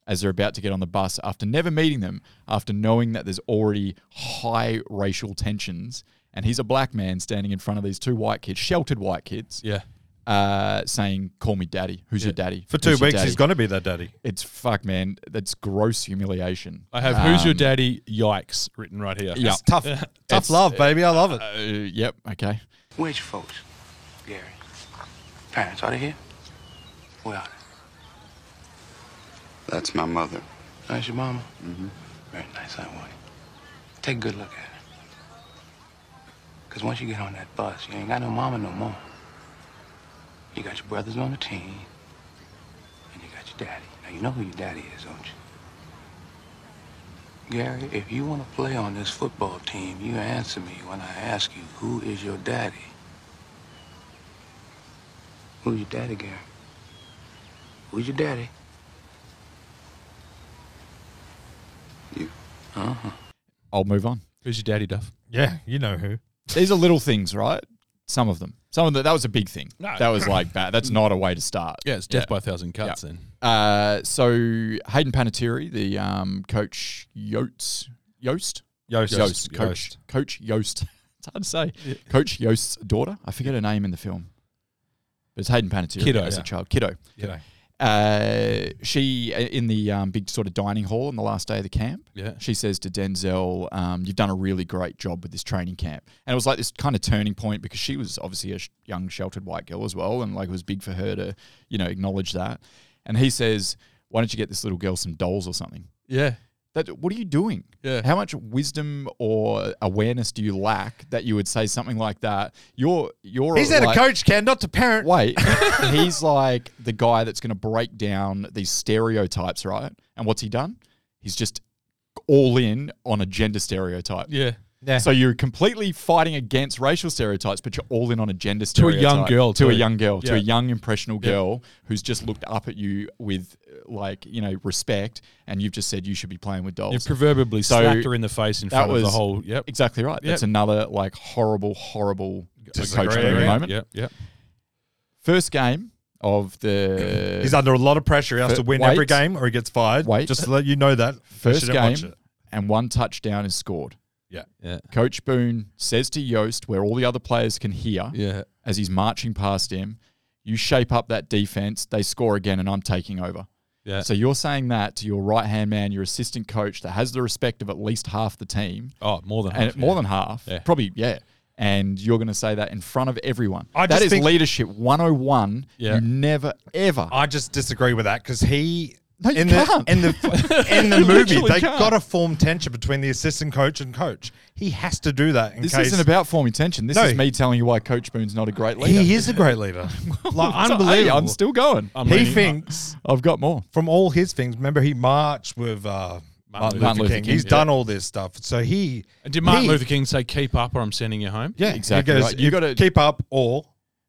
as they're about to get on the bus after never meeting them, after knowing that there's already high racial tensions. And he's a black man standing in front of these two white kids, sheltered white kids,
Yeah.
uh, saying, Call me daddy. Who's your daddy?
For two
Who's your
weeks, he's
daddy?"
going to be their daddy.
It's fuck, man. That's gross humiliation.
I have who's your
Um,
daddy? Yikes, written right here.
Yeah.
It's tough, tough
It's-
love, baby. I love it.
Uh, yep. Okay.
Where's your folks? Gary. Parents, are they here? Where are they?
That's my mother.
That's your mama? Mm-hmm. Very nice, I want Take a good look at her. Because once you get on that bus, you ain't got no mama no more. You got your brothers on the team, and you got daddy. Now, you know who your daddy is, don't you? Gary, if you want to play on this football team, you answer me when I ask you, who is your daddy? Who's your daddy, Gary? Who's your daddy? You. Uh-huh.
I'll move on.
Who's your daddy, Duff?
Yeah, you know who.
These are little things, right? Some of them. Some of the, that was a big thing.
No. Mm.
That was like bad. That's not a way to start.
Yeah, it's death by a thousand cuts. Then
Uh, so Hayden Panettiere, the um, coach Yotes, Yost,
Yost.
Yost, coach,
Yost.
coach Yost. It's hard to say. Coach Yost's daughter. I forget her name in the film, but it's Hayden Panettiere
Kiddo,
as
yeah.
a child. Kiddo.
You know.
Uh, she in the um, big sort of dining hall on the last day of the camp.
Yeah.
She says to Denzel, um, "You've done a really great job with this training camp." And it was like this kind of turning point because she was obviously a sh- young sheltered white girl as well, and like it was big for her to you know acknowledge that. And he says, "Why don't you get this little girl some dolls or something?"
yeah,
That what are you doing?
Yeah.
How much wisdom or awareness do you lack that you would say something like that? You're you're
He's had
like-
a coach, Ken, not to parent.
Wait, he's like the guy that's going to break down these stereotypes, right? And what's he done? He's just all in on a gender stereotype.
yeah.
Yeah.
So you're completely fighting against racial stereotypes, but you're all in on a gender
a
stereotype.
young girl,
To a
too.
young girl. To a
Yeah.
young impressionable girl who's just looked up at you with, uh, like, you know, respect, and you've just said you should be playing with dolls.
You proverbially
So
slapped her in the face in
that
front of the
was-
whole. Yep.
exactly right. That's
Yep.
another like horrible, horrible coaching
Agreed.
moment.
Yep. Yep.
First game of the
He's under a lot of pressure. He has to
But
win
wait.
every game or he gets fired.
Wait.
Just to let you know that.
first
Shouldn't watch
game
it.
and one touchdown is scored.
Yeah. Yeah.
Coach Boone says to Yost, where all the other players can hear
Yeah.
as he's marching past him, you shape up that defense, they score again, and I'm taking over.
Yeah.
So you're saying that to your right hand man, your assistant coach that has the respect of at least half the team,
Oh, more than
and
half,
more
yeah.
than half,
Yeah.
probably, yeah. And you're going to say that in front of everyone.
I
that
just
is
think-
leadership 101.
Yeah.
You never, ever.
I just disagree with that because he.
No, you
in,
can't.
The, in the in the movie,
literally
they
can't.
got to form tension between the assistant coach and coach. He has to do that in
this
case
isn't about forming tension. This
No.
is me telling you why Coach Boone's not a great leader.
he is a great leader. like
So, hey,
unbelievable.
I'm still going.
I'm
he
leaning-
thinks
I've got more.
from all his things. Remember, he marched with uh, Martin, Luther, King. He's
yeah.
done all this stuff, so he.
And did Martin
he-
Luther King say, "Keep up, or I'm sending you home"?
Yeah,
Exactly
He goes,
right. You
"If-
gotta-
keep up, or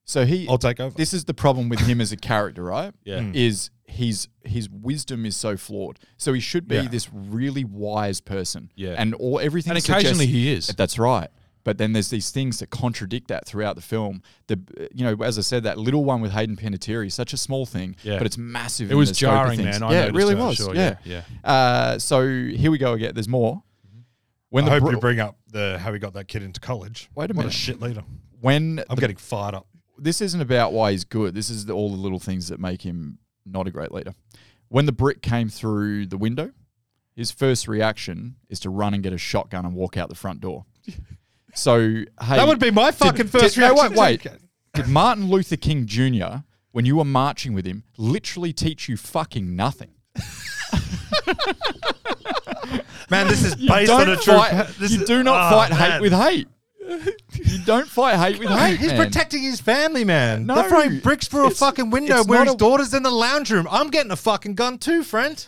So he,
I'll take over.
This is the problem with him as a character, right?
Yeah. Mm.
is his his wisdom is so flawed. So he should be
Yeah.
this really wise person.
Yeah.
and all everything.
And occasionally
suggests-
he is.
That's right. But then there's these things that contradict that throughout the film. The you know, as I said, that little one with Hayden Panettiere is such a small thing,
Yeah.
but it's massive.
It
in
was
the scope of
jarring,
things.
man. I
yeah, it
noticed
really
that,
was.
sure,
yeah,
yeah, Mm-hmm.
Uh, so here we go again. There's more. When
I
the
hope
Bro-
you bring up the how he got that kid into college.
Wait a
what
minute.
a shit leader!
when
I'm
the
getting fired up.
this isn't about why he's good. This is the, all the little things that make him not a great leader. When the brick came through the window, his first reaction is to run and get a shotgun and walk out the front door. So hey,
That would be my fucking first
did, no,
reaction.
wait,
too.
wait. Did Martin Luther King Jr. when you were marching with him literally teach you fucking nothing?
man, this is based on a true.
fight,
this
you
is-
do not
oh,
fight
man.
hate with hate. You don't fight hate with hate.
He's
man.
protecting his family, man.
No,
They're throwing bricks through a
it's-
fucking window
it's
where
not
his
a-
daughter's in the lounge room. I'm getting a fucking gun too, friend.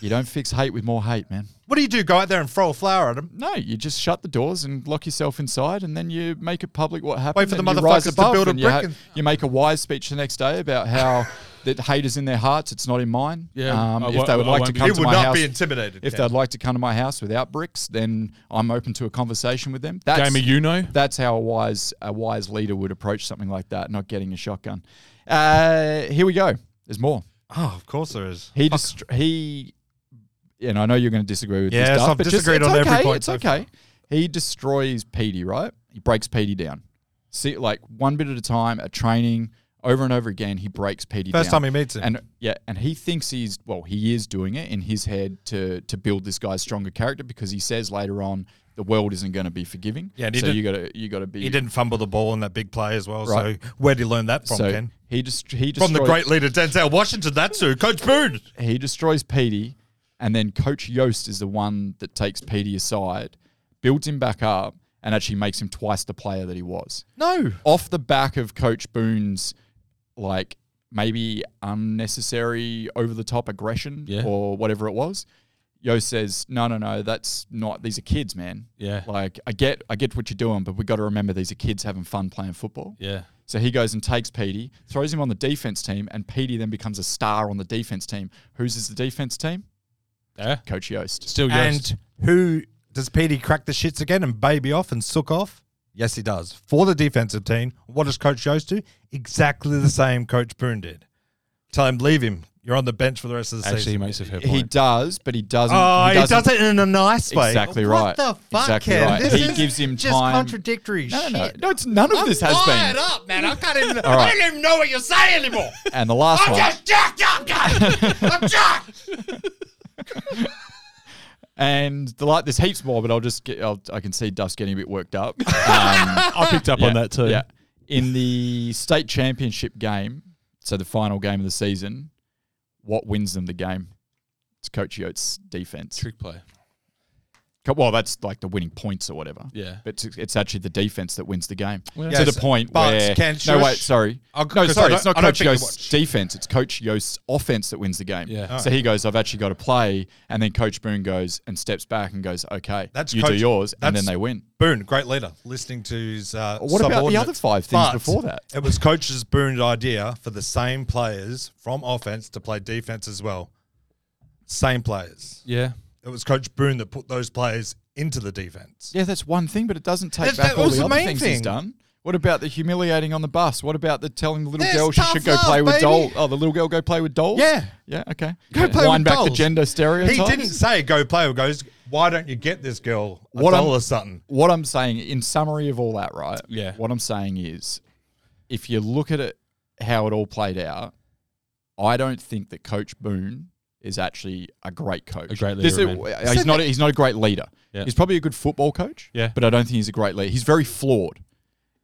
You don't fix hate with more hate, man.
What do you do? Go out there and throw a flower at him?
No, you just shut the doors and lock yourself inside, and then you make it public what happened.
for the
and you rise
motherfuckers to
above
build a
and you,
brick
ha-
and-
you make a wise speech the next day about how that hate is in their hearts. It's not in mine.
Yeah,
Um,
I
if
won't-
they would
I
like to
won't be-
come
He
to
would
my
not
house,
be intimidated.
if
Ken.
they'd like to come to my house without bricks, then I'm open to a conversation with them. That's,
Game of Uno.
That's how a wise a wise leader would approach something like that. Not getting a shotgun. Uh, here we go. There's more.
Oh, of course there is.
He just he, and I know you're going to disagree with
Yes,
this stuff,
I've
but
disagreed
just,
on
it's
every
okay,
point
It's
so
okay. He destroys Petey, right? He breaks Petey down. See, like one bit at a time, at training, over and over again, he breaks Petey down.
First time he meets him.
and yeah, and he thinks he's well, he is doing it in his head to to build this guy's stronger character because he says later on the world isn't going to be forgiving.
Yeah, and he
so
did-
you got to you got to be.
He didn't fumble the ball in that big play as well.
Right.
So where'd he learn that from,
So
Ken?
he just he
From the
destroys-
great leader Denzel Washington. That's who. Coach Boone.
he destroys Petey, and then Coach Yost is the one that takes Petey aside, builds him back up, and actually makes him twice the player that he was.
No.
Off the back of Coach Boone's like maybe unnecessary over the top aggression
Yeah.
or whatever it was. Yo says, "No, no, no, that's not. These are kids, man.
Yeah.
like I get, I get what you're doing, but we got to remember these are kids having fun playing football.
Yeah.
So he goes and takes Petey, throws him on the defense team, and Petey then becomes a star on the defense team. Whose is the defense team?
Yeah.
Coach Yost.
Still Yost.
And who does Petey crack the shits again and baby off and sook off? Yes, he does. For the defensive team, what does Coach Yost do? Exactly the same Coach Boone did. Tell him, leave him. You're on the bench for the rest of the
Actually, he
season.
makes a fair point.
He does, but he doesn't.
oh, he does, it in a nice way.
Exactly right.
What the fuck,
Exactly
Ken?
right.
This
He
is
gives him
just
time.
contradictory
No,
shit.
no, no, it's none of this has been.
up, man. I can't even.
All right.
even know what you're saying anymore.
And the last one.
jacked up, guys. I'm jacked.
And the like, there's heaps more, but I'll just get. I'll, I can see Duff getting a bit worked up. Um, I
picked up on that too.
Yeah. In the state championship game, so the final game of the season, what wins them the game? It's Coach Yote's defense.
Trick play.
Co- Well, that's like the winning points or whatever.
Yeah.
But it's, it's actually the defense that wins the game.
Yes,
to the point
but
where.
can
no, wait,
Shush-
sorry.
I'll-
no,
'cause I
sorry.
don't-
It's not
I don't
Coach
think you
Yost's
watch.
defense. It's Coach Yost's offense that wins the game.
Yeah.
So he goes, I've actually got to play. And then Coach Boone goes and steps back and goes, okay,
That's
you do
Coach-
yours. And then
that's-
they win.
Boone, great leader, listening to his. Uh,
What about the other
subordinates.
five things
But
before that?
It was coach's Boone's idea for the same players from offense to play defense as well. Same players.
Yeah.
It was Coach Boone that put those players into the defense.
Yeah, that's one thing, but it doesn't take
That's-
back
that
all
was
the,
the
other
main
things he's
thing.
done. What about the humiliating on the bus? What about the telling the little
There's
girl she
tough
should go
love,
play with
baby.
dolls? Oh, the little girl go play with dolls?
Yeah.
Yeah, okay.
Go play
Wind
with
back the
dolls.
gender stereotypes.
He didn't say go play with goes. Why don't you get this girl a
What
doll
I'm-
or something?
What I'm saying, in summary of all that, right?
Yeah.
What I'm saying is, if you look at it, how it all played out, I don't think that Coach Boone is actually a great coach.
A great
This
leader,
is-
man.
he's not. He's not a great leader.
Yeah.
He's probably a good football coach.
Yeah.
But I don't think he's a great leader. He's very flawed,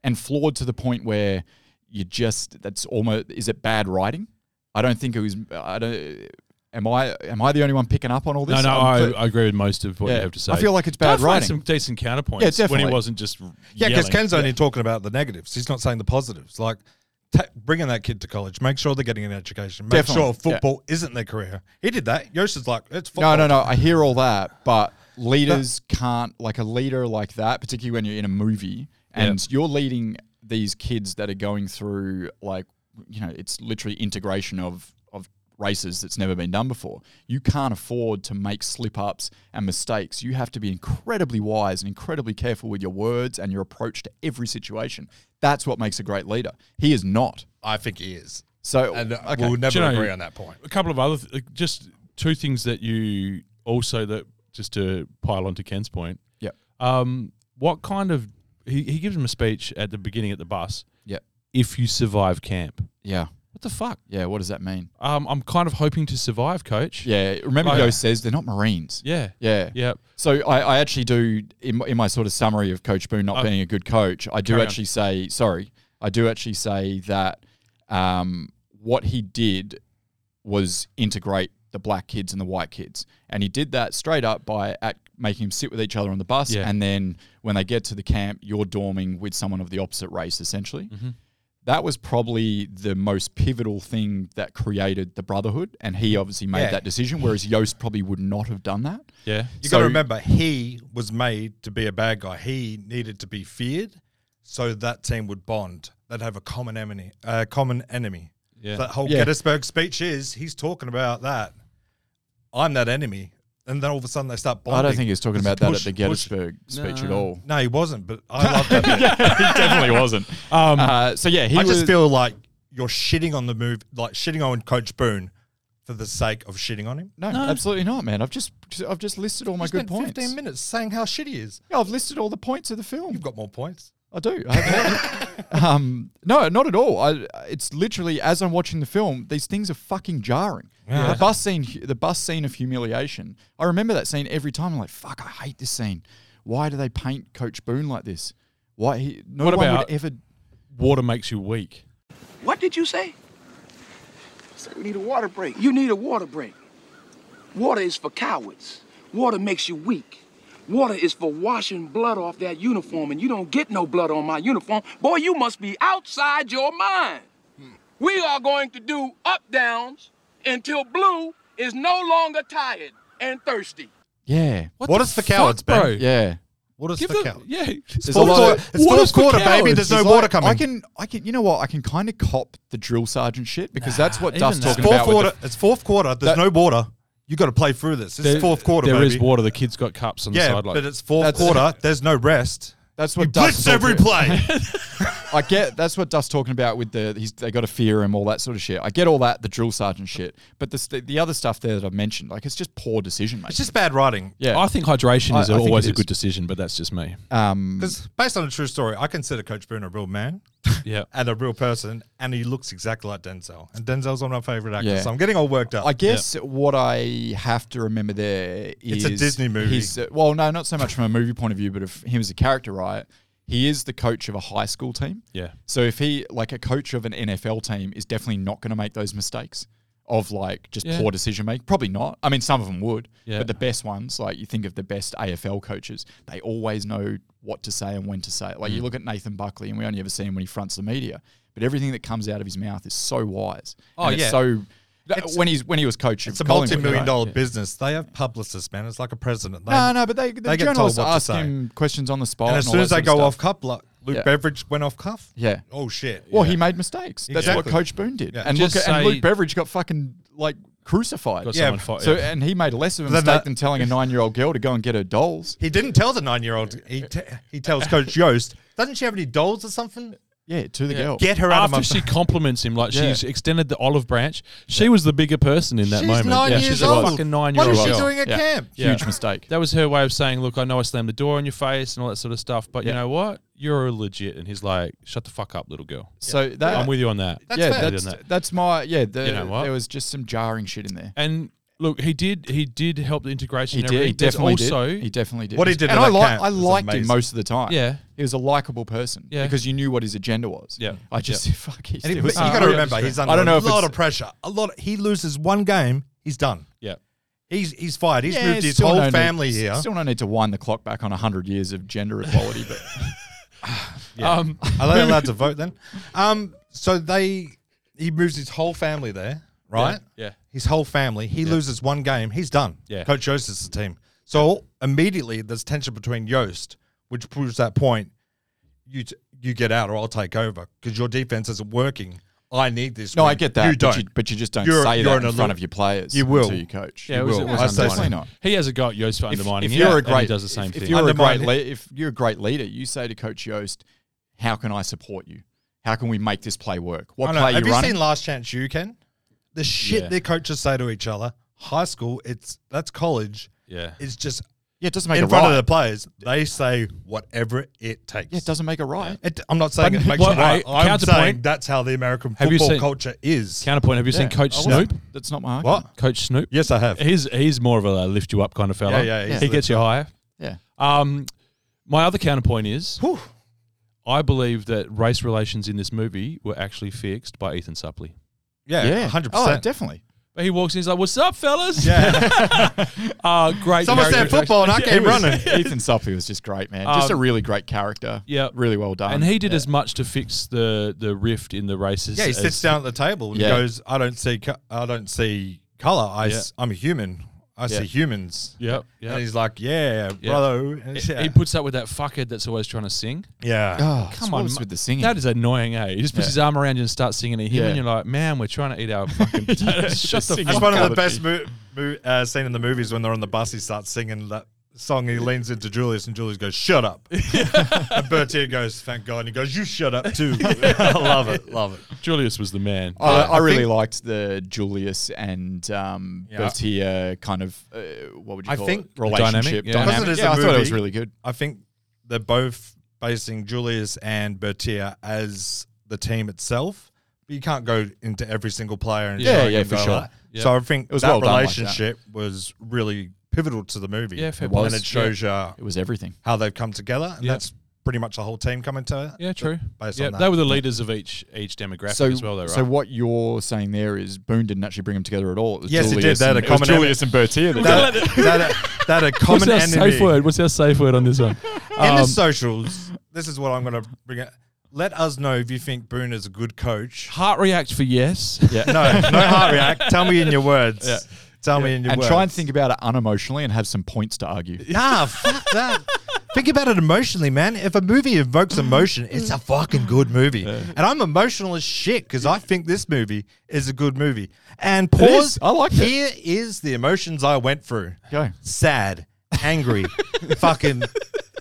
and flawed to the point where you just that's almost is it bad writing? I don't think it was. I don't. Am I am I the only one picking up on all
No,
this?
no,
I'm
I,
cl-
I agree with most of what
Yeah.
you have to say.
I feel like it's bad
Duff made
writing.
some decent counterpoints.
Yeah,
When
definitely.
he wasn't just
Yeah, because
yelling.
Ken's only talking about the negatives. He's not saying the positives. Like ta bringing that kid to college, make sure they're getting an education, make
Definitely,
sure
yeah.
football isn't their career. He did that. Yosh is like, it's
No,
football.
no, no. I hear all that, but leaders can't like a leader like that, particularly when you're in a movie and you're leading these kids that are going through like you know, it's literally integration of of races that's never been done before. You can't afford to make slip ups and mistakes. You have to be incredibly wise and incredibly careful with your words and your approach to every situation. That's what makes a great leader. He is not.
I think he is.
So
And uh,
okay.
we'll never
Oh, Do you know-
agree on that point.
a couple of other th- like, just two things that you also that just to pile on to Ken's point.
Yep.
Um, what kind of he, he gives him a speech at the beginning at the bus.
Yep.
If you survive camp,
Yeah.
what the fuck?
Yeah, what does that mean?
Um, I'm kind of hoping to survive, coach.
Oh, Yeah, remember
Like-
Yo says they're not Marines.
Yeah.
Yeah.
Yep.
So I, I actually do in, my- in my sort of summary of Coach Boone not
Oh.
being a good coach, I do
Carry on.
actually say sorry. I do actually say that um, what he did was integrate the black kids and the white kids, and he did that straight up by at making them sit with each other on the bus,
Yeah.
and then when they get to the camp, you're dorming with someone of the opposite race, essentially.
Mm-hmm.
That was probably the most pivotal thing that created the brotherhood, and he obviously made
Yeah.
that decision. Whereas Yost probably would not have done that.
Yeah.
You
So-
got to remember, he was made to be a bad guy. He needed to be feared, so that team would bond. They'd have a common enemy. Uh, common enemy.
Yeah.
That whole
Yeah.
Gettysburg speech is he's talking about that. I'm that enemy, and then all of a sudden they start bonding.
I don't think he was talking
It's
about that
push-
at the
push.
Gettysburg speech at all.
No, he wasn't. But I love that. bit.
he definitely wasn't.
Um,
Uh, so yeah, he
I
was.
just feel like you're shitting on the move, like shitting on Coach Boone for the sake of shitting on him.
no, absolutely not, man. I've just I've just listed all my
I
good
spent
points.
15 minutes saying how shitty he is.
Yeah, I've listed all the points of the film.
You've got more points.
I do. I have- um, no, not at all. I, it's literally as I'm watching the film, these things are fucking jarring. The bus scene, the bus scene of humiliation. I remember that scene every time. I'm like, fuck, I hate this scene. Why do they paint Coach Boone like this? Why he? No
What
one
about-
would ever.
Water makes you weak.
What did you say?
Say we need a water break.
You need a water break. Water is for cowards. Water makes you weak. Water is for washing blood off that
Hmm.
uniform, and you don't get no blood on my uniform. Boy, you must be outside your mind. We are going to do up downs until Blue is no longer tired and thirsty.
Yeah.
What is for cowards, Ben?
bro?
Yeah.
What is
Give
for
them,
cowards?
yeah.
There's
fourth
a lot
quarter,
of-
it's
What
fourth
is for
quarter, baby.
cowards?
There's no
It's
water
like,
coming.
I can, I can, you know what? I can kind of cop the drill sergeant shit because that's what
even
Duff's
that.
talking
fourth
about. with
quarter. it's fourth quarter. There's
That-
no water. You got to play through this. It's
There-
fourth quarter,
There
baby.
is water. The kids got cups on the
Yeah,
sideline.
but it's fourth
That's-
quarter. There's no rest.
the- that's
You
what Duff's
blitz every
talking-
play.
I get that's what Duff's talking about with the he's, they got to fear him all that sort of shit. I get all that the drill sergeant shit, but this, the the other stuff there that I've mentioned, like it's just poor decision making.
it's just bad writing.
yeah,
I think hydration
I-
is
I think
always a
it is.
good decision, but that's just me.
Ah.
um,
Because based on a true story, I consider Coach Boone a real man
Yeah.
and a real person, and he looks exactly like Denzel. And Denzel's one of my favorite actors,
Yeah.
so I'm getting all worked up.
I guess what I have to remember there is
It's a Disney movie.
He's, uh, well, no, not so much from a movie point of view, but of him as a character, right? He is the coach of a high school team.
Yeah.
So if he like a coach of an NFL team is definitely not going to make those mistakes of like just
Yeah.
poor decision making. Probably not. I mean, some of them would,
Yeah.
but the best ones, like you think of the best AFL coaches, they always know what to say and when to say it.
Mm.
Like you look at Nathan Buckley, and we only ever see him when he fronts the media, but everything that comes out of his mouth is so wise.
Oh,
and it's
yeah.
so.
It's-
when he's when he was coach,
it's a
of Collingwood,
multi-million
right?
dollar
Yeah.
business. They have publicists, man. It's like a president. They,
No, no, but they the
They get told
journalists
what to
ask
say.
him questions on the spot,
and as soon
all
as
that
they
sort
go
of
off
stuff.
cuff, like Luke
Yeah.
Beveridge went off cuff.
yeah.
Oh shit.
Well, he made mistakes. That's
Exactly.
what Coach Boone did.
Yeah.
And
Just
look, at- and
say-
Luke Beveridge got fucking like crucified.
Got
Yeah,
someone fi-
So
yeah.
and he made less of a
Then
mistake
that-
than telling a nine-year-old girl to go and get her dolls.
He didn't tell the nine-year-old. He t- he tells Coach Yost, doesn't she have any dolls or something?
Yeah, to the girl.
Get her out of my.
After she compliments him, like
Yeah.
she's extended the olive branch, she was the bigger person in that
she's
moment.
nine
Yeah,
years
she's
old.
a fucking nine year old.
What is she doing at
Yeah.
camp?
Yeah.
Huge mistake.
That was her way of saying, "Look, I know I slammed the door on your face and all that sort of stuff, but you
Yeah.
know what? You're legit." And he's like, "Shut the fuck up, little girl."
So that
I'm with you on that.
That's
yeah,
fair.
that's
Didn't it?
that's my yeah. The,
You know what?
there was just some jarring shit in there.
And look, he did. He did help the integration.
He
and
did. He
everything. There's
definitely
also,
did. He definitely did.
What he did
and
at
I,
that
li-
camp
I
was
liked him
amazing.
most of the time.
Yeah.
he was a likable person.
Yeah.
because you knew what his agenda was.
Yeah.
I just
Yeah.
fuck. He's,
And he,
it
but
was
you
some
got to
Uh,
real
remember,
shit.
he's under
I don't know
a
if
lot
it's-
of pressure. A lot. he loses one game, he's done.
yeah,
He's he's fired. He's
Yeah,
moved his
still
whole
no need-
family
s-
here.
Still no need to wind the clock back on hundred years of gender equality, but
Um,
Are they allowed to vote then? Um, so they he moves his whole family there, right?
yeah.
His whole family. He loses one game, he's done.
Yeah.
Coach Yost is the team. So immediately there's tension between Yost, which proves that point. You t- you get out, or I'll take over because your defense isn't working. I need this.
no, I
win.
get that.
You
but,
don't.
you, but you just don't
You're-
say
you're
that
an
in front
elite-
of your players.
You will.
until you coach.
yeah. It
You
was,
will.
it was
I say so.
undermining.
Definitely not.
He has a go at Yost for undermining.
if
it,
you're a
and
great,
he does the same
if,
thing.
If you're a great,
Undermine
le- if you're a great leader, you say to Coach Yost, "How can I support you? How can we make this play work? What
I
play
know.
are you
Have you
running?"
seen Last Chance You Ken? The shit
Yeah.
their coaches say to each other. High school, it's that's college.
yeah,
It's just
yeah, it doesn't make
in
it
front
right.
of the players. They say whatever it takes.
yeah, it doesn't make it right.
It- I'm not saying
But-
it makes
well,
it right.
I-
I'm
counterpoint-
saying that's how the American
Have you
football
seen-
culture is.
Counterpoint: Have you seen
Yeah.
Coach
I wasn't-
Snoop?
That's not my argument.
What?
Coach Snoop.
Yes, I have.
He's he's more of a lift you up kind of fella.
Yeah, yeah, he's
He
the-
gets you higher.
Yeah.
Um, my other counterpoint is
Whew.
I believe that race relations in this movie were actually fixed by Ethan Suppley.
Yeah,
Yeah.
100%.
Oh, definitely.
But he walks in, he's like, "What's up, fellas?"
yeah.
Uh, great.
Someone said
character
football and I
interaction.
came
Yeah, he was-
running.
Ethan Suppley was just great, man. Just
Um,
a really great character.
yeah.
really well done.
And he did
Yeah.
as much to fix the the rift in the races.
Yeah, he
as-
sits down at the table and
Yeah.
goes, "I don't see, co- I don't see color. I, am a human. I see humans."
Yep, yep.
And he's like, "Yeah,
Yeah.
brother." And
He-
yeah.
He puts up with that fuckhead that's always trying to sing.
yeah.
Oh,
Come
what
on,
was
mu-
with the
Mm.
singing.
That is annoying, eh? He just puts
Yeah.
his arm around you and starts singing at him,
Yeah.
and you're like, "Man, we're trying to eat our fucking potatoes." Shut the
singing.
fuck
That's one of
Color
the best mo- mo- uh, scene in the movies when they're on the bus. He starts singing that song. He leans into Julius, and Julius goes, "Shut up." and Bertier goes, "Thank God." And he goes, "You shut up too." I love it. Love it.
Julius was the man.
I, I,
I
really
think-
liked the Julius and um,
Yeah.
Bertier kind of uh, what would you
I
call
think-
it? relationship
Dynamic, yeah.
dynamic.
Because it is
Yeah,
a
I thought it was
movie.
really good.
I think they're both basing Julius and Bertier as the team itself. But you can't go into every single player and
Yeah,
try
yeah,
and
for
go
sure.
like- So I think
It was
that
well done like that.
relationship was really pivotal to the movie.
Yeah, fair
and
point.
it shows
It
you
was everything.
how they've come together, and
Yeah.
that's pretty much the whole team coming to
Yeah, true.
based
yeah,
on that.
they were the leaders of each each demographic
So,
as well, though, right?
so what you're saying there is Boone didn't actually bring them together at all. It was
Yes, he
Julius
did. They had
and-
a
it was
common
Oh, Julius and Bertier. that did it.
that, that, that a common
What's our
enemy
safe word? What's our safe word on this one?
in the socials. This is what I'm going to bring it. Let us know if you think Boone is a good coach.
Heart react for yes.
Yeah.
No, no heart react. Tell me in your words. Tell me in your
and
words.
try and think about it unemotionally and have some points to argue.
Nah, fuck that. Think about it emotionally, man. If a movie evokes emotion, it's a fucking good movie. And I'm emotional as shit because I think this movie is a good movie. And pause.
is. I liked it.
Here is the emotions I went through.
Go.
Sad, angry, fucking.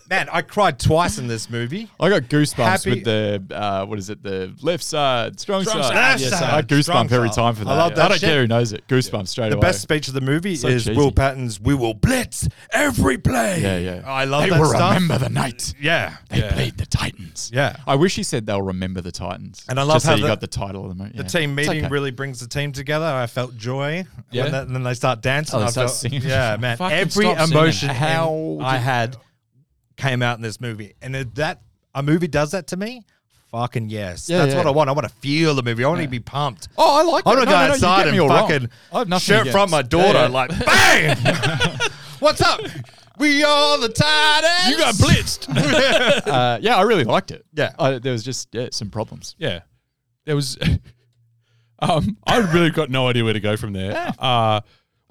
Man, I cried twice in this movie.
I got goosebumps
Happy-
with the uh, what is it? The left side, strong,
Strong
side.
side.
Yes,
Left
I
side, strong
goosebump every
side.
time for
I
that.
love
yeah.
that
I don't
shit.
care who knows it. Goosebumps straight
The
away.
best speech of the movie
So
is
cheesy.
Will Patton's "We will blitz every play."
Yeah, yeah.
I love
they
that
will
stuff.
remember the night
Yeah,
they played the Titans.
Yeah.
I wish he said they'll remember the Titans.
And I love
Just so
how
you
the-
got the title of the movie.
The team meeting really brings the team together. I felt joy.
Yeah.
When that, and then they start dancing.
Oh, they
I
start
felt-
singing.
Yeah, man.
Fucking
Every
stop singing.
emotion
How
in-
did-
I had came out in this movie. And if that a movie does that to me, fucking yes.
Yeah,
That's
yeah.
what I want. I want to feel the movie. I want to be pumped.
Oh, I like.
I
it.
want
No,
to go
no, no, you
outside
get me
and
all wrong.
fucking
I have nothing
shout
against-
from my
Yeah,
daughter
yeah.
like, bang! What's up? We are the Titans.
You got blitzed.
Uh, yeah, I really liked it.
Yeah.
I, there was just yeah, some problems.
yeah. There was. um, I really got no idea where to go from there. Uh,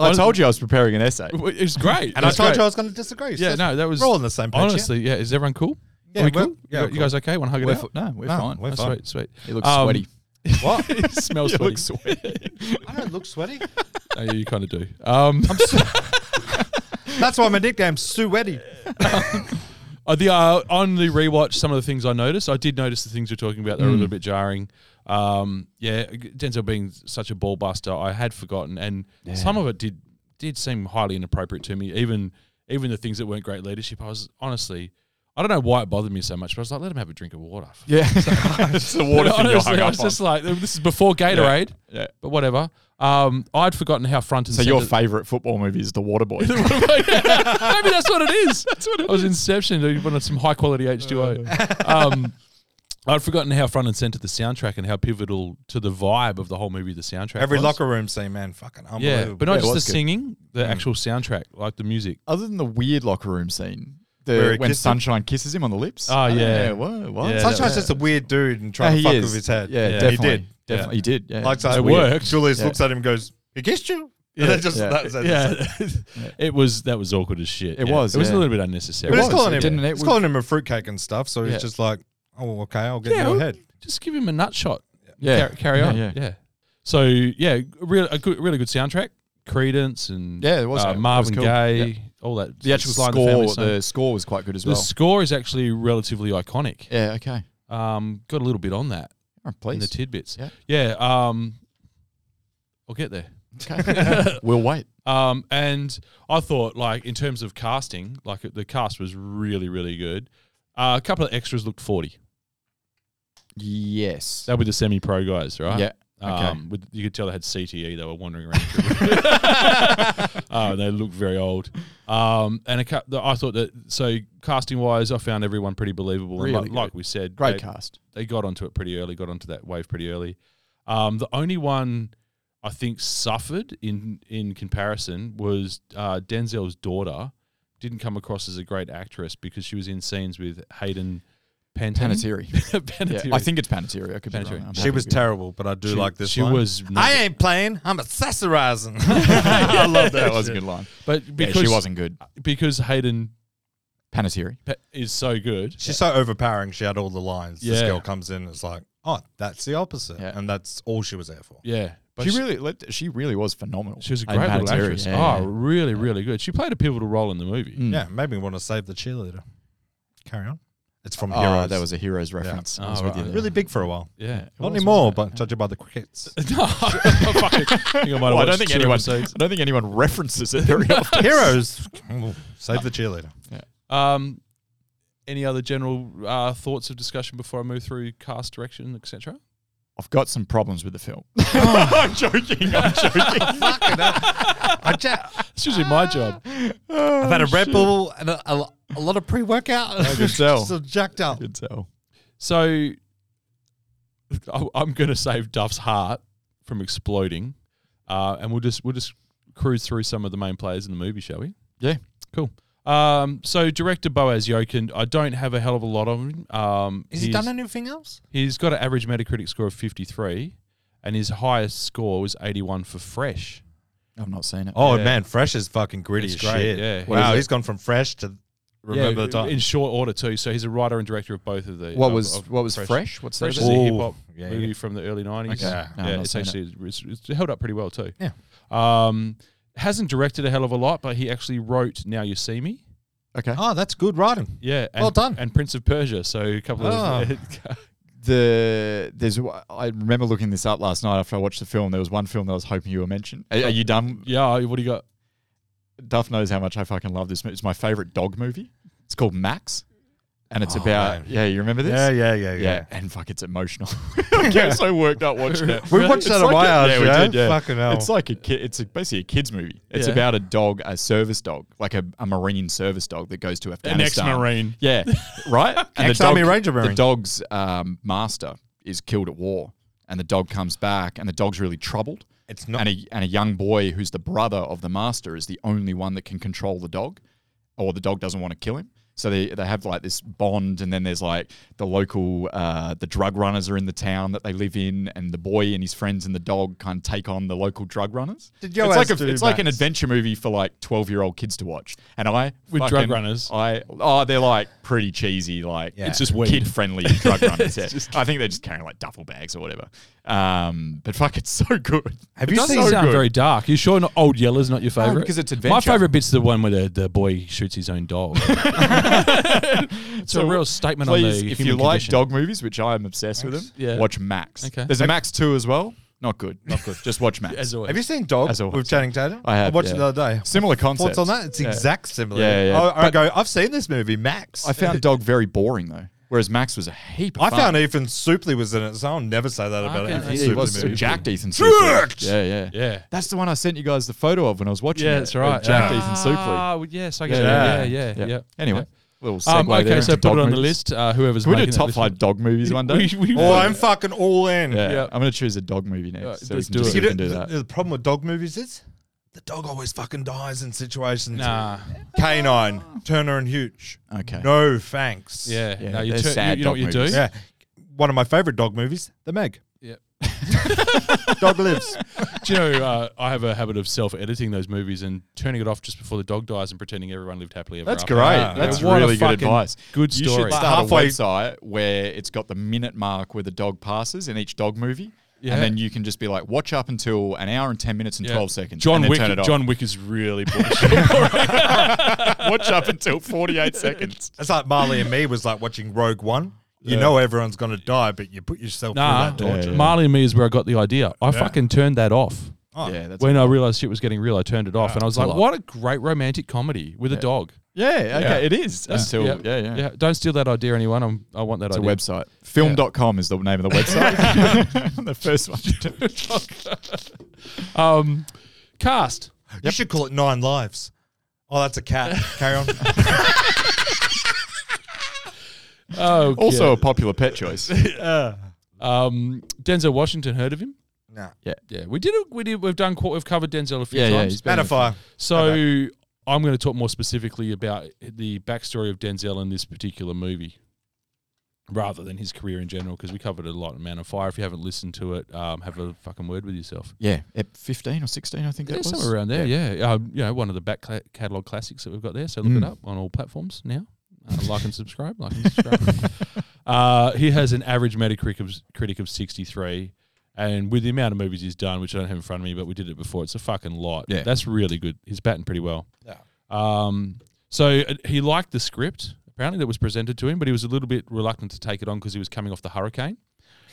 I told you I was preparing an essay.
Well, It was great.
And I told you I was going to disagree. so
Yeah, no, that was.
We're all on the same page. yeah?
Honestly, yeah. Is everyone cool?
Yeah,
Are we
we're-
cool?
yeah,
you,
we're
you guys okay? Want to hug it
We're
out?
f- no, we're
No,
fine.
we're
Oh,
fine.
Sweet, sweet.
He looks
Um,
sweaty.
What?
it smells
He
sweaty.
looks sweaty.
I don't look sweaty.
No, you kind of do. Um,
That's why my nickname's Sue Weddy.
Uh, the uh, on the rewatch, some of the things I noticed, I did notice the things you're talking about. They're
Mm.
a little bit jarring. Um, yeah, Denzel being such a ball buster, I had forgotten, and some of it did did seem highly inappropriate to me. Even even the things that weren't great leadership, I was honestly, I don't know why it bothered me so much, but I was like, let him have a drink of water.
yeah, it's the water thing you're
honestly,
hung
I
up
was
on.
just like, this is before Gatorade,
yeah.
but whatever. Um, I'd forgotten how front and
So your
centre-
favorite football movie is The Waterboy.
Maybe that's what it is. That's what it I was Inception. I wanted some high quality H2O. Um, I'd forgotten how front and center the soundtrack and how pivotal to the vibe of the whole movie the soundtrack.
Every
was.
locker room scene, man, fucking unbelievable.
yeah, but not
Yeah, it
just the
was good. Mm.
singing, the actual soundtrack, like the music.
Other than the weird locker room scene,
Where
the
he
when
kissed him?
Sunshine kisses him on the lips.
Oh,
I don't
yeah.
know, what? what?
Yeah,
Sunshine's
that-
just a weird dude and
Yeah,
trying
he
to fuck
is.
with his head.
Yeah,
Yeah.
definitely.
He did.
Definitely, he did. Yeah,
Like so,
It works.
Julius
Yeah.
looks at him and goes, "He kissed you."
Yeah.
And then just
Yeah.
that's it.
Yeah, it was that was awkward as shit.
It
yeah.
was,
It was a
yeah.
little bit unnecessary.
But
It
he's
was.
calling
It
him.
didn't- it
he's
was-
calling him a fruitcake and stuff. So
Yeah.
he's just like, "Oh, okay, I'll get
Yeah,
your
well-
head."
Just give him a nut shot.
Yeah.
Car- carry
Yeah,
on. Yeah,
yeah.
So yeah, real a good, really good soundtrack. Credence and
Yeah, it was-
uh,
it was
Marvin
cool.
Gaye,
Yeah.
all that.
the actual
Sly and
score.
Family
The,
Stone.
score was quite good as
The
well.
score is actually relatively iconic.
yeah. Okay.
Um, got a little bit on that
All right,
in the
please.
tidbits.
Yeah.
Yeah. Um, I'll get there.
Okay. we'll wait.
Um, and I thought, like, in terms of casting, like the cast was really, really good. Uh, a couple of extras looked forty.
Yes.
That were the semi-pro guys, right?
Yeah. Okay.
Um, with, you could tell they had CTE. They were wandering around. oh, they looked very old. Um, and a, cou- the- I thought that so casting wise, I found everyone pretty believable. and
Really
like, like
good.
we said,
Great
they,
cast.
they got onto it pretty early. Got onto that wave pretty early. Um, the only one I think suffered in in comparison was uh, Denzel's daughter. Didn't come across as a great actress because she was in scenes with Hayden Panton.
Panettiere. Yeah, I think it's Panettiere. I could be
Panettiere.
wrong. I'm
She
happy
was
to be-
terrible, but I do
she,
like this.
She
line.
was.
I ain't playing. I'm accessorizing. I love that.
That was a
shit.
good line.
But
Yeah,
because
she wasn't good.
because Hayden
Panettiere.
Pe- is so good.
She's so overpowering. She had all the lines. This
Yeah.
girl comes in. It's like, oh, that's the opposite,
Yeah.
and that's all she was there for.
Yeah, but
She really, let- she really was phenomenal.
she was a
And
great little
Panettiere,
actress.
yeah,
oh,
yeah.
really, really good. She played a pivotal role in the movie.
Mm.
Yeah, made me want to save the cheerleader. Carry on. It's from
Oh,
Heroes.
that was a heroes reference. I was
Oh,
with you
right.
there.
really big for a while.
Yeah.
Not anymore, but judging by the crickets.
No, I think I might have
Well, I
watched
don't think
two
anyone. I
episodes.
don't think anyone references it very often.
Heroes. Save
Oh,
the cheerleader.
Um, any other general uh, thoughts of discussion before I move through cast direction, etc.?
I've got some problems with the film. I'm joking. I'm joking.
I ja-
It's usually
Ah.
my job.
I've had a Red Bull and a, a, a lot of pre workout. I
can tell.
so jacked up.
Good tell.
So I- I'm going to save Duff's heart from exploding, uh, and we'll just we'll just cruise through some of the main players in the movie, shall we?
Yeah.
Cool. Um, so director Boaz Yokin, I don't have a hell of a lot of him. Um,
Has he
he's-
done anything else?
He's got an average Metacritic score of 53, and his highest score was 81 for Fresh.
I've not seen it.
Oh
Yeah.
man, fresh is fucking gritty
It's
as
great,
shit.
yeah. What
Wow,
is it?
he's gone from fresh to remember
Yeah,
the time.
in short order too. So he's a writer and director of both of the.
what
of-
was
of
what was fresh? What's that?
Fresh
about?
is a
Ooh.
hip hop
Yeah,
movie
yeah.
from the early 90s.
Okay.
Yeah,
No, I've not
it's
seen it.
actually it's, it's held up pretty well too.
Yeah.
Um, hasn't directed a hell of a lot, but he actually wrote Now You See Me.
Okay.
oh, that's good writing.
Yeah. And,
Well done.
And Prince of Persia. So a couple
Ah.
of.
The there's I remember looking this up last night after I watched the film. There was one film that I was hoping you were mentioned. Are, are you done?
yeah, what do you got?
Duff knows how much I fucking love this. movie. It's my favorite dog movie. It's called Max, and it's about yeah. You remember this?
Yeah, yeah, yeah, yeah.
Yeah, and fuck, it's emotional. I get so worked up watching it.
We watched
It's
that at my
a-
house,
yeah, we
yeah?
did, yeah.
Fucking hell.
It's like a kid. It's a, basically a kids' movie. It's
Yeah.
about a dog, a service dog, like a, a marine service dog that goes to Afghanistan.
ex-Marine.
yeah, right. And
Ex-Army Ranger
The
Marine.
dog's um, master is killed at war, and the dog comes back, and the dog's really troubled.
It's not-
and a, and a young boy who's the brother of the master is the only one that can control the dog or the dog doesn't want to kill him. So they, they have like this bond, and then there's like the local uh, the drug runners are in the town that they live in, and the boy and his friends and the dog kind of take on the local drug runners.
Did
it's
Yoaz
like a,
do
it's like an
Max?
adventure movie for like twelve year old kids to watch. And I
With drug
fucking-
runners?
I oh they're like pretty cheesy, like
Yeah. It's
just weed.
kid friendly drug runners. yeah. I think they're just carrying like duffel bags or whatever. Um, but fuck, it's so good.
Have
It
you
does
seen-
so
sound
good.
very dark. You sure not Old Yeller's not your favorite?
because it's
My
adventure.
favorite bit's the one where the, the boy shoots his own dog. it's a real statement
please,
on the
if you
human
like
condition.
dog movies, which I am obsessed with them,
Yeah.
watch Max.
Okay.
There's a Max two as well. Not good. Not good. Just watch Max.
As always.
Have you seen Dog
As always.
with Channing Tatum?
I have,
I watched
yeah.
it the other day.
Similar concept.
Thoughts on that? It's
Yeah.
exact similar.
Yeah, yeah.
I, I
But-
go, I've seen this movie, Max.
I found Dog very boring though, whereas Max was a heap. Of
I
fun.
found Ethan Supley was in it, so I'll never say that about
Okay,
Ethan
he
Yeah, he
Supley
was
movie.
Jack Ethan Supley. Yeah, yeah,
Yeah.
That's the one I sent you guys the photo of when I was watching.
Yeah,
it,
that's right.
of Jack
yeah.
Ethan Supley.
Ah, well, yes, I guess. Yeah,
Yeah.
yeah, yeah. yeah.
Anyway, little
Yeah.
segue
Um,
there
okay, so
into
put
dog
it on the
movies.
list. Uh, whoever's
Can we do
making that
top
list.
five dog movies one day?
We- we-
Oh, I'm fucking all in.
yeah.
Yeah.
I'm going to choose a dog movie next.
Right,
so we
let's
can
do
just
it.
You
even
know,
do
the,
that.
the problem with dog movies is the dog always fucking dies in situations.
Nah.
Canine, Turner and Hooch.
Okay.
No thanks.
Yeah,
Yeah,
no, you,
they're
tur- you,
sad
you know what
dog
you do?
movies.
Yeah. One of my favorite dog movies, The Meg.
Yeah.
Dog lives.
Do you know, uh, I have a habit of self editing those movies and turning it off just before the dog dies and pretending everyone lived happily ever
That's
after.
great.
Ah,
That's
yeah. What a
really good
fucking
advice.
good
You
story.
should
Like
start
halfway-
a website where it's got the minute mark where the dog passes in each dog movie.
Yeah.
And then you can just be like, watch up until an hour and 10 minutes and
Yeah.
12 seconds.
John
and then
Wick.
turn it off.
John Wick is really bullshit.
watch up until 48 seconds.
It's like Marley and me was like watching Rogue One. You know everyone's gonna die, but you put yourself
nah,
through that torture.
Marley and Me is where I got the idea. I fucking turned that off.
Oh,
Yeah, Oh, that's
when I realized shit was getting real, I turned it off, and I was like,
lot.
"What a great romantic comedy with a dog."
Yeah, okay,
Yeah.
it is. Until, yeah, yeah.
Don't steal that idea, anyone. I'm, I want that
It's a
idea.
website. Film.com is the name of the website. the first one.
Um, cast.
You should call it Nine Lives. Oh, that's a cat. Carry on.
Oh,
Also a popular pet choice.
um, Denzel Washington. Heard of him?
nah.
Yeah, we did. We did. We've done. qu- We've covered Denzel a few
Yeah, yeah,
times.
he's been-
Matterfire.
so I'm going to talk more specifically about the backstory of Denzel in this particular movie, rather than his career in general, because we covered it a lot in Man of Fire. If you haven't listened to it, um, have a fucking word with yourself.
Yeah, at 15 or 16, I think
Yeah,
that was.
somewhere around there. Yeah, Um, you know, one of the back cla- catalog classics that we've got there. So look it up on all platforms now. Uh, like and subscribe. Like and subscribe. uh, he has an average Metacritic of, critic of sixty three, and with the amount of movies he's done, which I don't have in front of me, but we did it before. It's a fucking lot.
Yeah.
that's really good. He's batting pretty well. Yeah. Um. So uh, he liked the script apparently that was presented to him, but he was a little bit reluctant to take it on because he was coming off the hurricane.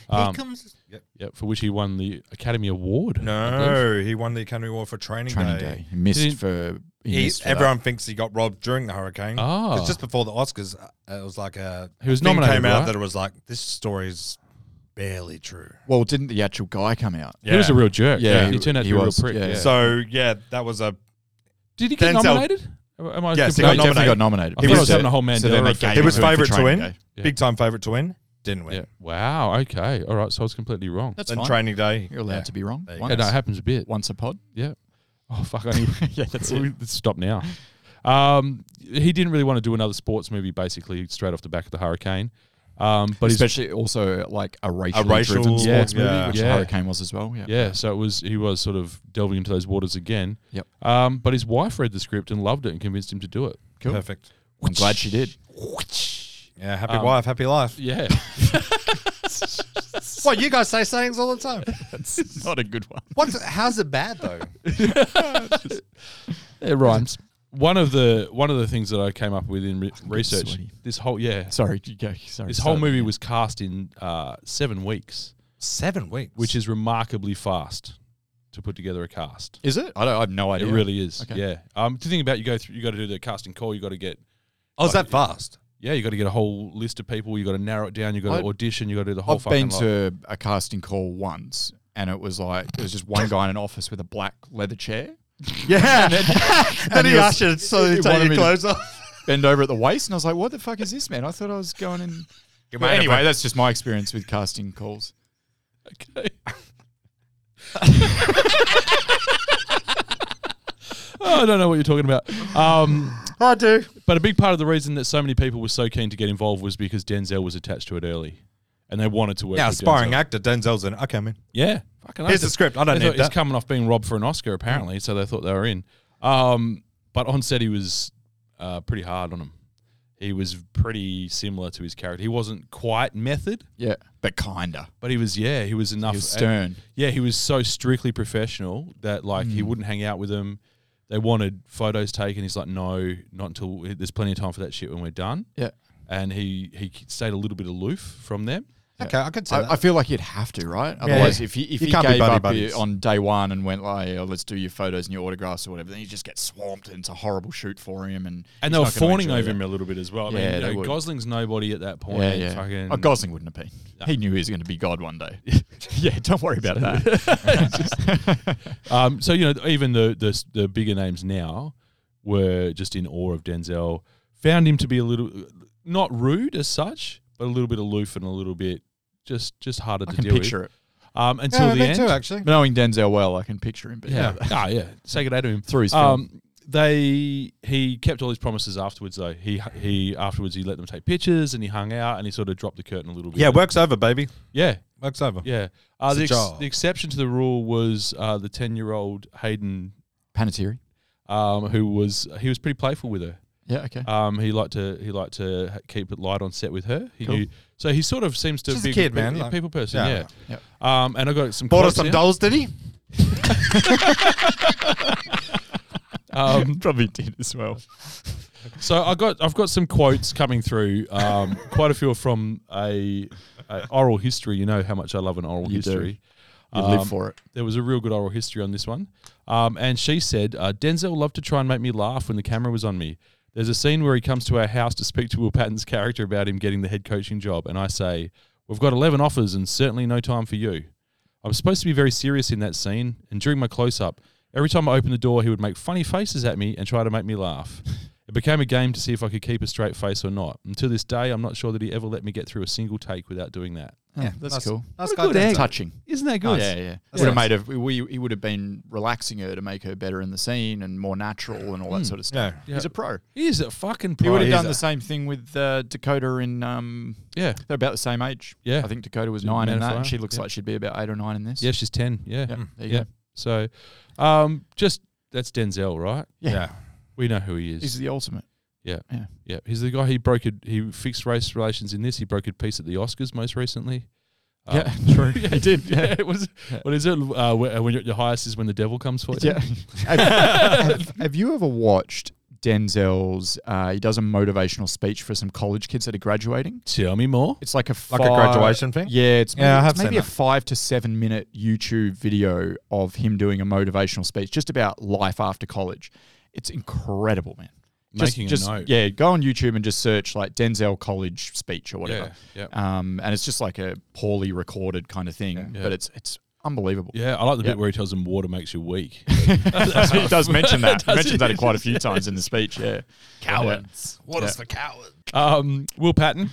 Um,
comes.
yeah, for which he won the Academy Award. I believe.
No, he won the Academy Award for Training,
Training
Day.
day. He missed
Didn't-
for. He
He,
missed for that.
everyone thinks he got robbed during the hurricane.
Ah.
'Cause just before the Oscars, uh, it was like a
He was
thing
nominated,
came
right?
out that it was like this story is barely true.
Well, didn't the actual guy come out?
He was a real jerk.
Yeah,
Yeah,
he-
he turned out to
he
be a real
was,
prick.
yeah.
Yeah.
So yeah, that was a
Did he get
Denzel-
nominated? Am I
Yes, he
No,
completely-
he
got
definitely got
nominated.
nominated.
I thought
He
I
was-
was having a whole Mandela
so then they
effect.
gave
he was
him for
favourite to
Training
win,
Day.
Yeah.
big time favourite to win. Didn't win.
Yeah. Wow. Okay. All right. So I was completely wrong.
That's
Then
fine.
Training Day.
You're allowed
yeah.
to be wrong.
There you
Once,
yeah, no, it happens a bit.
once a pod.
Yeah. Oh fuck! I need,
yeah, that's
Let's stop now. Um, he didn't really want to do another sports movie, basically straight off the back of the Hurricane. Um, but he's
Especially also like a racially
racial-
driven
Yeah,
sports movie,
yeah.
which
Yeah.
Hurricane was as well. Yeah.
yeah, so it was he was sort of delving into those waters again.
Yep.
Um, but his wife read the script and loved it and convinced him to do it.
Cool.
Perfect.
I'm glad she did.
Yeah, happy wife, happy life.
Yeah.
What you guys say sayings all the time.
That's not a good one.
What's how's it bad though?
It rhymes. One of the one of the things that I came up with in re- research
sweaty.
this whole yeah
Sorry, you go. Sorry.
this whole
sorry.
movie was cast in uh, seven weeks,
Seven weeks.
which is remarkably fast to put together a cast.
Is it? I don't. I have no
It
idea.
really is.
Okay.
Yeah. Um, to think about, you go through, you got to do the casting call. You got to get
Oh, is that fast?
yeah, you got to get a whole list of people. You got to narrow it down. You got
I'd-
to audition. You got to do the whole.
I've been
fucking lot.
to a casting call once, and it was like it was just one guy in an office with a black leather chair.
Yeah. then
and he was-
you
he
slowly
wanted
take your
me to-
clothes off.
Bend over at the waist, and I was like, "What the fuck is this, man? I thought I was going in." But
might have
anyway,
a-
that's just my experience with casting calls.
Okay. oh, I don't know what you're talking about. Um,
I do.
but a big part of the reason that so many people were so keen to get involved was because Denzel was attached to it early, and they wanted to work.
Yeah,
with
aspiring
Denzel.
actor Denzel's in. it. Okay, man.
Yeah, fucking
Here's
oath.
the script. I don't
They thought
need
He's
that.
coming off being robbed for an Oscar, apparently, so they thought they were in. Um, but on set, he was uh, pretty hard on him. He was pretty similar to his character. He wasn't quite method,
Yeah, but kinda.
but he was yeah, he was enough.
He was stern.
Yeah, he was so strictly professional that like
Hmm.
he wouldn't hang out with them. They wanted photos taken. He's like, no, not until there's plenty of time for that shit when we're done.
Yeah.
And he he stayed a little bit aloof from them.
Okay, I could say that.
I, I feel like you'd have to, right? Otherwise, if he if
You
he
can't be
gave
buddy
up
buddies.
on day one and went like, oh, "Let's do your photos and your autographs or whatever," then you just get swamped and it's a horrible shoot for him. And
And they
he's
were
not gonna
fawning
enjoy
over him
that.
a little bit as well. I mean,
Yeah,
you
they
know,
would.
Gosling's nobody at that point.
Yeah, yeah.
Fucking,
Oh, Gosling wouldn't have been. He knew he was going to be God one day. yeah, don't worry about that.
Um, so you know, even the, the the bigger names now were just in awe of Denzel. Found him to be a little not rude as such, but a little bit aloof and a little bit just just harder
I
to
can
deal
picture
with.
it.
Um, until
yeah,
the
me
end,
too, actually.
Knowing Denzel well, I can picture him. But yeah,
yeah, ah, yeah, say good day to him
Through his
Um, they he kept all his promises afterwards though. He he afterwards he let them take pictures and he hung out and he sort of dropped the curtain a little bit.
Yeah, work's over, baby.
yeah,
Work's over.
yeah. Uh,
It's a
the, ex-
job.
the exception to the rule was uh, the ten year old Hayden,
Panettiere.
um, who was he was pretty playful with her.
Yeah, okay.
Um, he liked to he liked to ha- keep it light on set with her. He
Cool.
knew, so he sort of seems to
She's a
be
kid,
good-
man,
a
like-
people person.
yeah.
Yeah. Um, and I got some
Bought us
quotes
some
here.
dolls, did he?
Um,
Probably did as well.
so I got I've got some quotes coming through. Um, quite a few are from a, a oral history. You know how much I love an oral
You do.
history.
You
Um,
live for it.
There was a real good oral history on this one. Um, and she said, uh, Denzel loved to try and make me laugh when the camera was on me. There's a scene where he comes to our house to speak to Will Patton's character about him getting the head coaching job. And I say, We've got 11 offers and certainly no time for you. I'm supposed to be very serious in that scene. And during my close up, every time I opened the door, he would make funny faces at me and try to make me laugh. It became a game to see if I could keep a straight face or not. And to this day, I'm not sure that he ever let me get through a single take without doing that.
Yeah, Oh, that's
nice-
cool.
nice
What a
guy,
good
Denzel.
egg.
Touching.
Isn't that good?
Yeah, yeah.
That's
would have
nice.
made her. We he would have been relaxing her to make her better in the scene and more natural and all that sort of stuff.
Yeah.
He's a pro.
He is a fucking
He
pro.
would have
He's
done
a-
the same thing with uh, Dakota in. Um,
Yeah.
they're about the same age.
Yeah.
I think Dakota was
Yeah,
nine
Man
in
of
that,
Fire.
and she looks
Yeah.
like she'd be about eight or nine in this.
Yeah, she's ten. Yeah, Hmm.
Yeah, there you
yeah.
go.
So, um, just that's Denzel, right?
Yeah.
Yeah.
We know who he is.
he's the ultimate.
yeah,
yeah.
yeah. He's the guy. He brokered. He fixed race relations in this. He brokered peace at the Oscars most recently. Um,
yeah, true. he did.
yeah.
Yeah.
It was. What is it? Uh, wh- when you're at your highest is when the devil comes for you.
Yeah. have, have- have you ever watched Denzel's? Uh, he does a motivational speech for some college kids that are graduating.
Tell me more.
It's like a
Like a
fi-
graduation thing?
Yeah, it's maybe,
Yeah, I have
it's maybe a
seen that.
five to seven minute YouTube video of him doing a motivational speech just about life after college. It's incredible, man. Just,
Making a
just-
note.
Yeah, go on YouTube and just search like Denzel College speech or whatever.
Yeah,
Um, and it's just like a poorly recorded kind of thing, but it's it's unbelievable.
Yeah, I like the
Yeah.
bit where he tells them water makes you weak.
he does mention that. He mentions that quite a few times in the speech. Yeah, cowards.
What
Yeah.
is the coward?
um, Will Patton,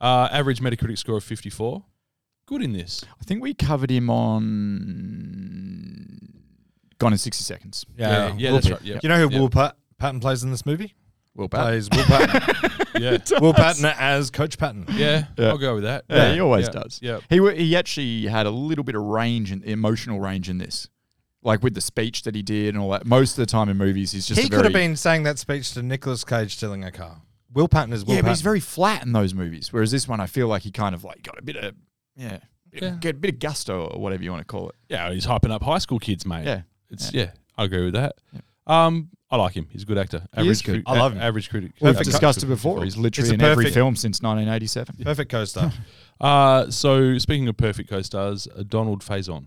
uh, average Metacritic score of fifty four. Good in this.
I think we covered him on Gone in sixty seconds.
Yeah.
yeah,
Will
that's
Patton.
right. Yeah.
You know who
Yeah.
Will Pat- Patton plays in this movie.
Will
Plays Will Patton.
Yeah.
Will Patton as Coach Patton.
yeah,
Yeah.
I'll go with that.
Yeah, he always
yeah,
does.
Yeah.
he wa- he actually had a little bit of range and emotional range in this, like with the speech that he did and all that. Most of the time in movies, he's just
he
a
could have
very-
been saying that speech to Nicolas Cage stealing a car. Will Patton is Will
yeah,
Patton.
but he's very flat in those movies. Whereas this one, I feel like he kind of like got a bit of yeah, bit,
Yeah.
Get a bit of gusto or whatever you want to call it.
Yeah, he's hyping up high school kids, mate.
Yeah.
It's yeah, I agree with that. Um I like him. He's a good actor.
He is good. I
love him.
Average critic.
We've
average
discussed it
critic
before. He's literally
It's a
in every
perfect-
film since 1987.
Perfect co-star.
Uh so speaking of perfect co-stars, uh, Donald Faison.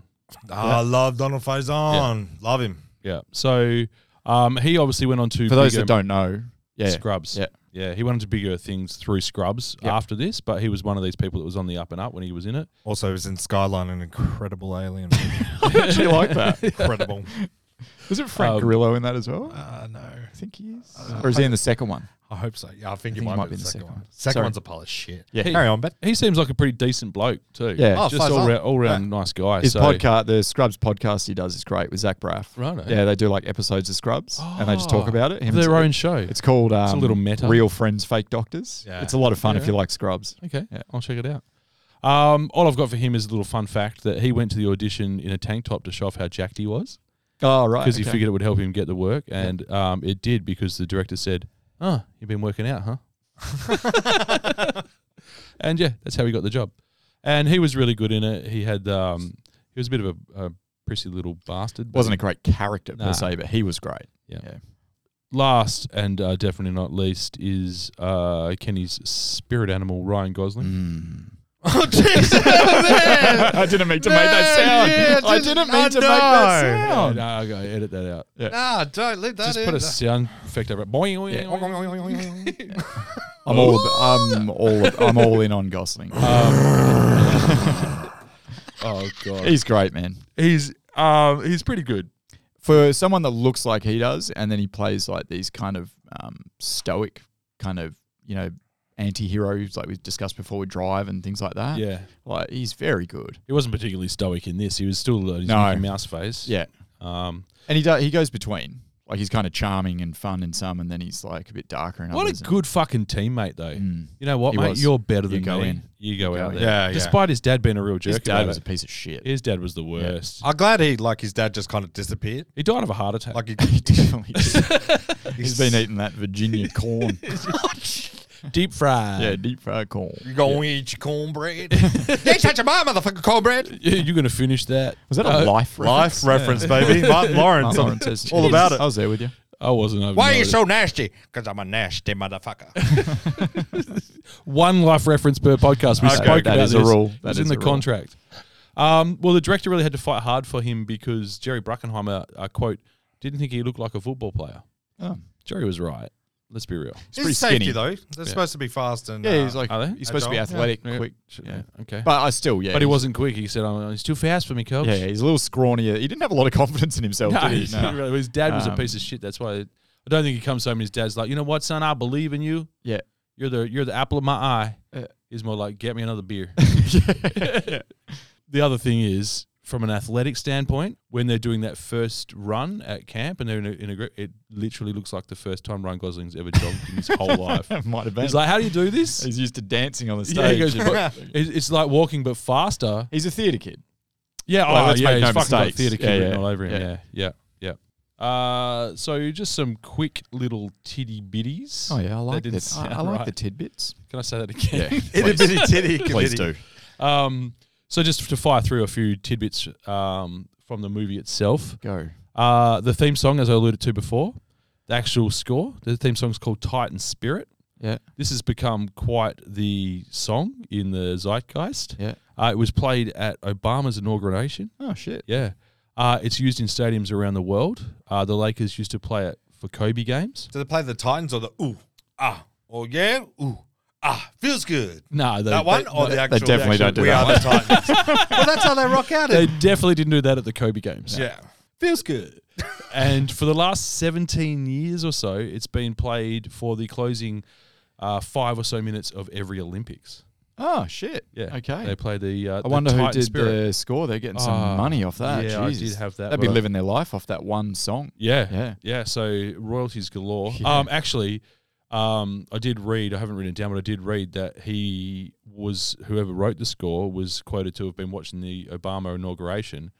Oh, I love Donald Faison. Love him.
Yeah. So um he obviously went on to
For those
bigger
that don't know, yeah,
Scrubs.
Yeah.
Yeah, he went into bigger things through Scrubs after this, but he was one of these people that was on the up and up when he was in it.
Also, he was in Skyline, an incredible alien.
actually like that.
incredible.
Was it Frank
Um,
Grillo in that as well?
Uh, no,
I think he is. Or is he in the second one?
I hope so. Yeah, I think,
think
it might, be the second one. Second
Sorry.
one's a pile of shit.
Yeah.
Carry on, but
He seems like a pretty decent bloke too.
Yeah. Oh,
just
Faison.
all round, all round nice guy.
His
so,
podcast, the Scrubs podcast he does, is great with Zach Braff.
Righto.
Yeah, they do like episodes of Scrubs, and they just talk
Oh,
about it. Him-
their own show.
It's called um,
a little meta.
Real Friends, Fake Doctors.
Yeah.
It's a lot of fun if you like Scrubs.
Okay,
Yeah.
I'll check it out. Um, all I've got for him is a little fun fact that he went to the audition in a tank top to show off how jacked he was
Oh right,
because he
okay.
figured it would help him get the work, and um, it did because the director said, "Oh, you've been working out, huh?" and yeah, that's how he got the job. And he was really good in it. He had um, he was a bit of a, a prissy little bastard. but
wasn't a great character
Nah.
per se, but he was great.
Yeah.
yeah.
Last and uh, definitely not least is uh, Kenny's spirit animal Ryan Gosling.
I didn't mean to make that sound. I didn't mean to make that sound.
No, I gotta edit that out.
Ah, don't leave that
Just put a sound effect over it. Boing, boing, boing.
I'm all, ab- I'm all, ab- I'm all in on Gosling.
Uh, Oh god,
He's great, man.
he's um he's pretty good.
For someone that looks like he does, and then he plays like these kind of um, stoic, kind of you know, anti-heroes like we discussed before with Drive and things like that.
Yeah.
like he's very good.
He wasn't particularly stoic in this. He was still uh, his
No.
Mickey Mouse face.
Yeah,
Um,
and he does, he goes between. Like he's kind of charming and fun in some, and then he's like a bit darker. In
what
others
a
and-
good fucking teammate though.
Mm.
You know what,
He
mate?
was.
You're better
You
than
go
me.
in.
You go
go
out
in.
there.
Yeah, yeah.
Despite his dad being a real jerk.
His
about
dad was
it.
a piece of shit.
his dad was the worst.
I'm glad he, like his dad, just kind of disappeared.
He died of a heart attack.
Like he,
He definitely did. He's been eating that Virginia corn.
deep fried.
yeah, deep fried corn.
you gonna eat your cornbread? you touch my motherfucking cornbread.
You're gonna finish that.
Was that a
Uh,
life reference?
Life reference, baby. Martin Lawrence,
Martin
I'm
Lawrence is-
all about
I
it.
was there with you.
I wasn't. I've
Why are you
noticed.
so nasty? Because I'm a nasty motherfucker.
one life reference per podcast. We
Okay.
spoke
That
about
is a
this.
rule.
It
That
was
is
in the
a rule.
contract. Um, well, the director really had to fight hard for him because Jerry Bruckheimer, I quote, didn't think he looked like a football player.
Oh.
Jerry was right. Let's be real.
It's
pretty
safety
skinny.
though. They're supposed to be fast and
Yeah,
uh,
he's like,
Are they?
he's supposed to be
Agile?
athletic, quick. Yeah.
Yeah. Okay. But,
But I still, yeah.
he
he's-
wasn't quick. He said, oh, "He's too fast for me, coach."
Yeah, he's a little scrawnier. He didn't have a lot of confidence in himself,
No,
did
he
he? No.
didn't really. His dad was a
Um,
piece of shit. That's why I don't think he comes home and his dad's like, "You know what, son? I believe in you.
Yeah.
You're the you're the apple of my eye."
Yeah.
He's more like, "Get me another beer."
yeah.
The other thing is, from an athletic standpoint, when they're doing that first run at camp and they're in a, in a group, it literally looks like the first time Ryan Gosling's ever jogged in his whole life.
That might have been.
He's like, "How do you do this?"
He's used to dancing on the stage.
Yeah, he goes,
and-
"But it's it's like walking but faster.
he's a theatre kid.
Yeah,
Like,
oh,
let's
yeah,
make
he's
no
fucking got
mistakes.
theatre kid
Yeah,
written
yeah,
all over him. Yeah,
yeah.
yeah, yeah. Uh, so just some quick little titty bitties.
Oh,
That didn't sound right.
tidbits.
Can I say that again?
itty bitty titty.
Please
committee.
do.
Um, so just to fire through a few tidbits um, from the movie itself.
Go.
Uh, the theme song, as I alluded to before, the actual score, the theme song's called Titan Spirit.
Yeah.
This has become quite the song in the zeitgeist.
Yeah.
Uh, it was played at Obama's inauguration.
Oh, shit.
Yeah. Uh, it's used in stadiums around the world. Uh, the Lakers used to play it for Kobe games.
Do they play the Titans or the ooh ah or yeah ooh ah feels good?
No, they,
that one Oh,
they-
or the actual?
definitely
the
don't
actual,
do
we
that
are the Titans. well, that's how they rock out.
they
in.
definitely didn't do that at the Kobe games.
yeah, feels good.
And for the last 17 years or so, it's been played for the closing uh, five or so minutes of every Olympics.
Oh shit.
Yeah.
Okay.
They play the. Uh,
I wonder
the
who
Titan
did
Spirit.
the score. They're getting some
Ah,
money off that.
yeah, I did
Jesus.
have that
They'd be
right.
living their life off that one song.
Yeah,
Yeah.
yeah. So royalties galore.
Yeah.
Um, actually, um, I did read. I haven't written it down, but I did read that he was whoever wrote the score was quoted to have been watching the Obama inauguration,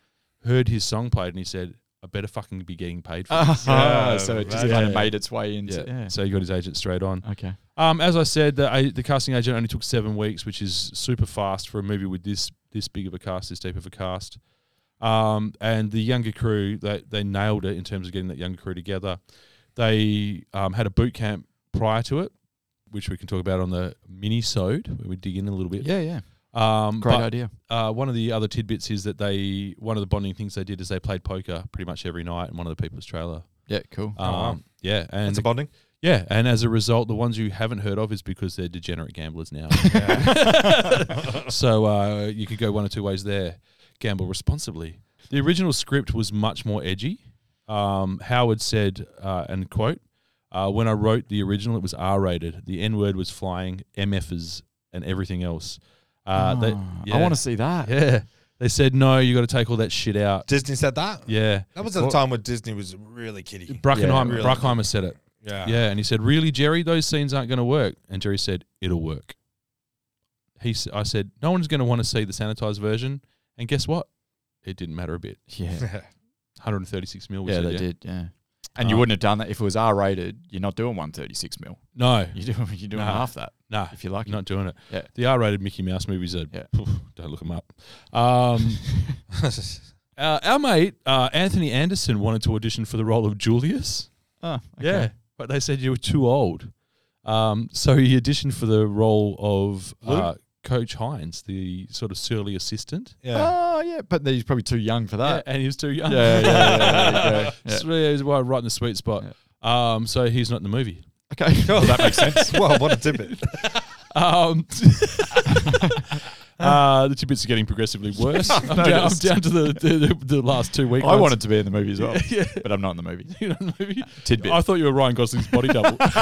heard his song played, and he said, "I better fucking be getting paid for this."
Ah, so it just
right.
kind
Yeah.
of made its way into.
Yeah.
Yeah.
So he got his agent straight on.
Okay.
Um, as I said, the, I, the casting agent only took seven weeks, which is super fast for a movie with this this big of a cast, this deep of a cast. Um, and the younger crew, they, they nailed it in terms of getting that younger crew together. They um, had a boot camp prior to it, which we can talk about on the mini-sode, where we dig in a little bit.
Yeah. Yeah.
Um,
Great
but,
idea.
Uh, one of the other tidbits is that they one of the bonding things they did is they played poker pretty much every night in one of the people's trailer.
Yeah. Cool.
Um, Yeah, and
It's Oh, a bonding.
yeah, and as a result, the ones you haven't heard of is because they're degenerate gamblers now. so uh, you could go one or two ways there. Gamble responsibly. The original script was much more edgy. Um, Howard said, uh, and quote, uh, when I wrote the original, it was R rated. The N word was flying, MFs, and everything else. Uh, they, yeah,
Ah, I want to see that.
Yeah. They said, no, you got to take all that shit out.
Disney said that.
Yeah.
That was at the time when Disney was really kiddie.
Bruckheimer,
really.
Bruckheimer said it.
Yeah.
Yeah, and he said, "Really, Jerry? Those scenes aren't going to work." And Jerry said, "It'll work." He, s- I said, "No one's going to want to see the sanitized version." And guess what? It didn't matter a bit.
Yeah.
136 mil. We
Yeah,
said,
they
yeah?
did. Yeah. Ah. And you
Um,
wouldn't have done that if it was R rated. You're not doing 136 mil.
No,
You're doing, you're doing
Nah.
half that.
nah.
If you're lucky.
not doing it.
Yeah.
The R-rated Mickey Mouse movies are.
Yeah.
don't look them up. Um, uh, our mate uh, Anthony Anderson wanted to audition for the role of Julius.
Oh,
Yeah, but they said you were too old. Um, so he auditioned for the role of uh, Coach Hines, the sort of surly assistant.
Yeah.
Oh, yeah. But he's probably too young for
Yeah,
that.
and he was too young.
Yeah, yeah, yeah, yeah, there you go. Yeah.
That's really- that's why right in the sweet spot. Um, so he's not in the movie.
Okay.
Oh, that makes sense. well, what a tidbit.
Um, uh, the two bits are getting progressively worse. I'm, down, I'm down to the, the, the, the last two weeks.
I wanted to be in the movie as well, but I'm not in the movie.
you know, the movie.
Tidbit.
I thought you were Ryan Gosling's body double. you got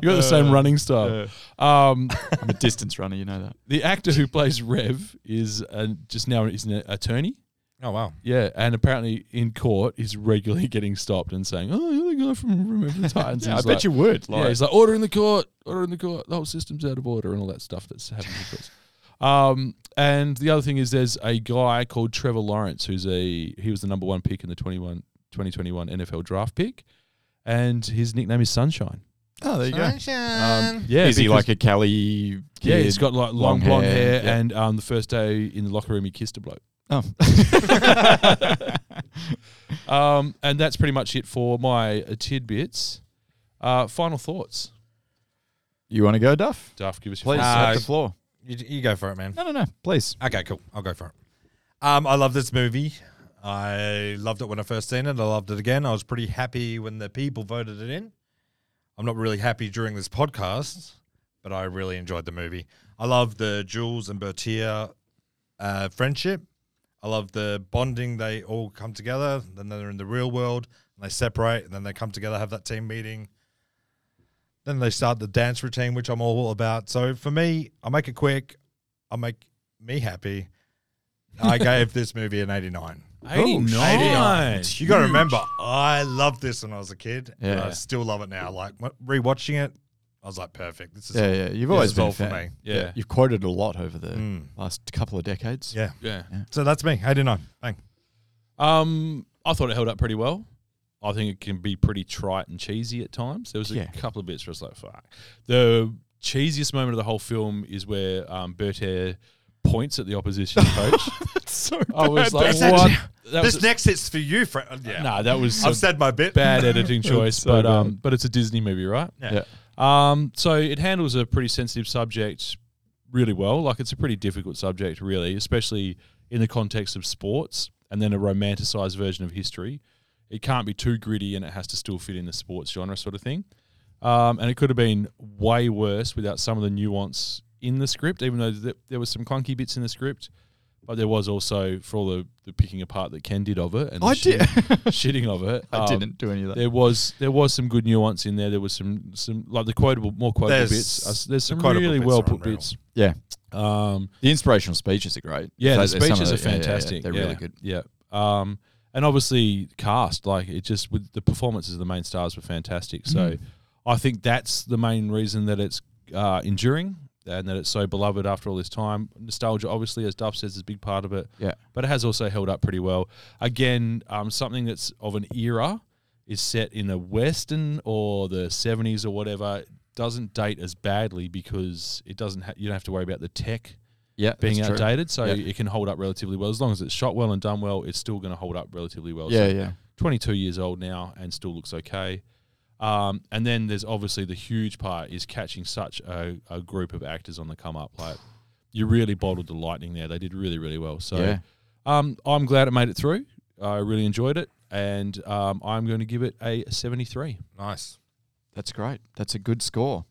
the
Uh,
same running style. Um,
I'm a distance runner, you know that.
the actor who plays Rev is uh, just now is an attorney.
Oh wow.
Yeah, and apparently in court he's regularly getting stopped and saying, "Oh, you're the guy from Remember the Titans."
Yeah, I
He's
bet
like-
you would.
yeah,
Like,
he's like, "Order in the court, order in the court. The whole system's out of order," and all that stuff that's happening. in courts. Um, and the other thing is, there's a guy called Trevor Lawrence who's a he was the number one pick in the 21, 2021 NFL draft pick, and his nickname is Sunshine.
oh, there you go. Um,
Yeah,
is he
because-
like a Cali?
Yeah,
kid?
he's got like long,
long
blonde hair,
hair, yeah.
and um, the first day in the locker room he kissed a bloke.
Oh.
Um, and that's pretty much it for my uh, tidbits. Uh, final thoughts.
you want to go, Duff?
Duff, give us your
Please,
final
have
Uh,
the floor.
You, you go for it, man.
No, no, no. Please.
Okay, cool. I'll go for it. Um, I love this movie. I loved it when I first seen it. I loved it again. I was pretty happy when the people voted it in. I'm not really happy during this podcast, but I really enjoyed the movie. I love the Jules and Bertia uh, friendship. I love the bonding they all come together. Then they're in the real world and they separate, and then they come together, have that team meeting. Then they start the dance routine, which I'm all about. So for me, I make it quick. I make me happy. I gave this movie an 89. You got to remember, I loved this when I was a kid, and I
Yeah.
still love it now. Like w- rewatching it, I was like, perfect. This is
Yeah, yeah. You've
this
always
is
been
all
a
for
fan.
me.
Yeah.
You've quoted a lot over the
Mm.
last couple of decades.
Uh, Yeah.
Yeah.
So that's me. 89. Bang.
Um, I thought it held up pretty well. I think it can be pretty trite and cheesy at times. There was a
Yeah.
couple of bits where I was like, fuck. The cheesiest moment of the whole film is where um, Berthair points at the opposition coach.
That's so
I was like,
That's
what? That was
This next sit's for you, friend. Yeah.
nah, that was
I've
some
said my bit.
bad editing choice,
so
but
bad.
um, but it's a Disney movie, right?
Yeah.
Yeah.
Um, so it handles a pretty sensitive subject really well. Like it's a pretty difficult subject, really, especially in the context of sports and then a romanticized version of history. It can't be too gritty, and it has to still fit in the sports genre, sort of thing. Um, and it could have been way worse without some of the nuance in the script, even though th- there was some clunky bits in the script. But there was also for all the, the picking apart that Ken did of it and the
I did-
shitting, shitting of it.
I
um,
didn't do any of that.
There was there was some good nuance in there. There was some some like the quotable more quotable
There's-
bits. Uh, s- there's
the
some
quotable
really
bits
well
are
put
unreal.
bits.
yeah.
Um,
The inspirational speeches are great.
yeah, the
Those- some of
speeches are
the- yeah, yeah, yeah,
fantastic.
They're
yeah,
really good.
Yeah. Um, and obviously cast like it just with the performances of the main stars were fantastic. So
Mm-hmm.
I think that's the main reason that it's uh, enduring and that it's so beloved after all this time. Nostalgia, obviously, as Duff says, is a big part of it.
Yeah.
But it has also held up pretty well. Again, um, something that's of an era is set in a western or the 70s or whatever doesn't date as badly because it doesn't ha- you don't have to worry about the tech
Yeah,
being
that's true.
outdated, so
Yeah.
it can hold up relatively well. As long as it's shot well and done well, it's still going to hold up relatively well.
Yeah,
so
yeah.
22 years old now and still looks okay. Um, and then there's obviously the huge part is catching such a, a group of actors on the come up. Like you really bottled the lightning there. They did really, really well. So
Yeah.
um, I'm glad it made it through. I really enjoyed it. And um, I'm going to give it a 73.
Nice.
That's great. That's a good score.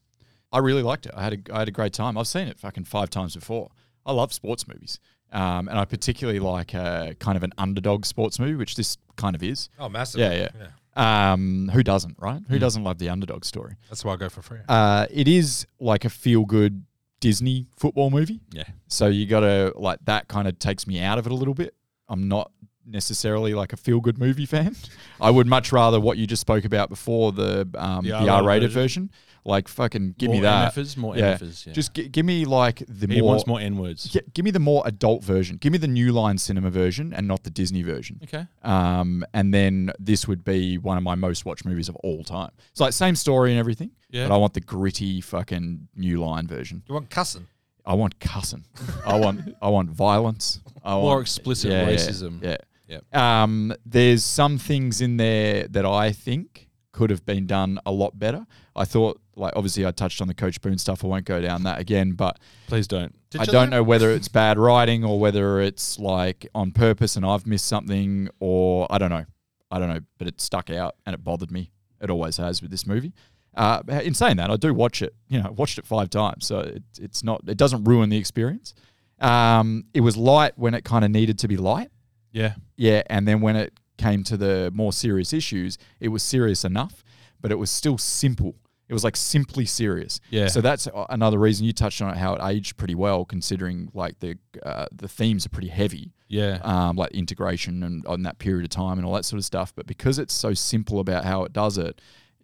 I really liked it. I had a, I had a great time. I've seen it fucking five times before. I love sports movies. Um, and I particularly like a, kind of an underdog sports movie, which this kind of is.
Oh, massive.
yeah, yeah. Um, who doesn't, right? Who doesn't love the underdog story?
That's why I go for free.
Uh, it is like a feel good Disney football movie.
Yeah.
So you got to, like, that kind of takes me out of it a little bit. I'm not necessarily like a feel good movie fan. I would much rather what you just spoke about before the um,
The
the
R-rated
R rated version. Like, fucking give me
More
that.
MFers, more MFers, yeah.
Just gi- give me, like, the
He
more.
wants more N words.
Yeah, give me the more adult version. Give me the New Line Cinema version and not the Disney version.
Okay.
Um, and then this would be one of my most watched movies of all time. It's like same story and everything,
Yeah.
but I want the gritty fucking New Line version.
you want cussing?
I want cussing. I want I want violence. I
More
want-
explicit
yeah, yeah,
racism.
Yeah.
Yep.
Um, there's some things in there that I think could have been done a lot better. I thought, like, obviously, I touched on the Coach Boone stuff. I won't go down that again, but
Please don't.
I
you
don't
know-
know whether it's bad writing or whether it's like on purpose and I've missed something or I don't know. I don't know, but it stuck out and it bothered me. It always has with this movie. Uh, but in saying that, I do watch it. You know, I watched it five times, so it, it's not. It doesn't ruin the experience. Um, it was light when it kind of needed to be light.
Yeah.
Yeah, and then when it came to the more serious issues, it was serious enough, but it was still simple. It was like simply serious.
Yeah.
So that's a- another reason you touched on it, how it aged pretty well, considering like the uh, the themes are pretty heavy,
Yeah.
um, like integration and on that period of time and all that sort of stuff. But because it's so simple about how it does it,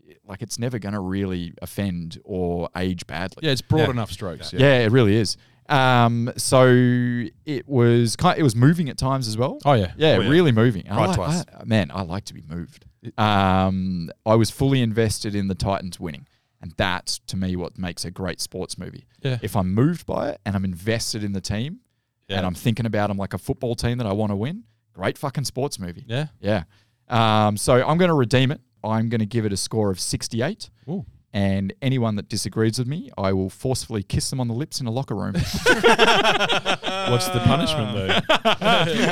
it- like it's never going to really offend or age badly.
yeah, it's broad enough strokes.
Yeah, it really is. Um, so it was kind. It was moving at times as well.
Oh, yeah.
yeah,
Oh, yeah.
really moving. I
Cried
like-
twice.
I- man, I like to be moved. Um, I was fully invested in the Titans winning, and that's to me what makes a great sports movie.
Yeah.
If I'm moved by it and I'm invested in the team,
Yeah.
and I'm thinking about them like a football team that I want to win, great fucking sports movie.
Yeah.
Yeah. Um, so I'm going to redeem it. I'm going to give it a score of 68.
Ooh.
And anyone that disagrees with me, I will forcefully kiss them on the lips in a locker room.
What's the punishment though?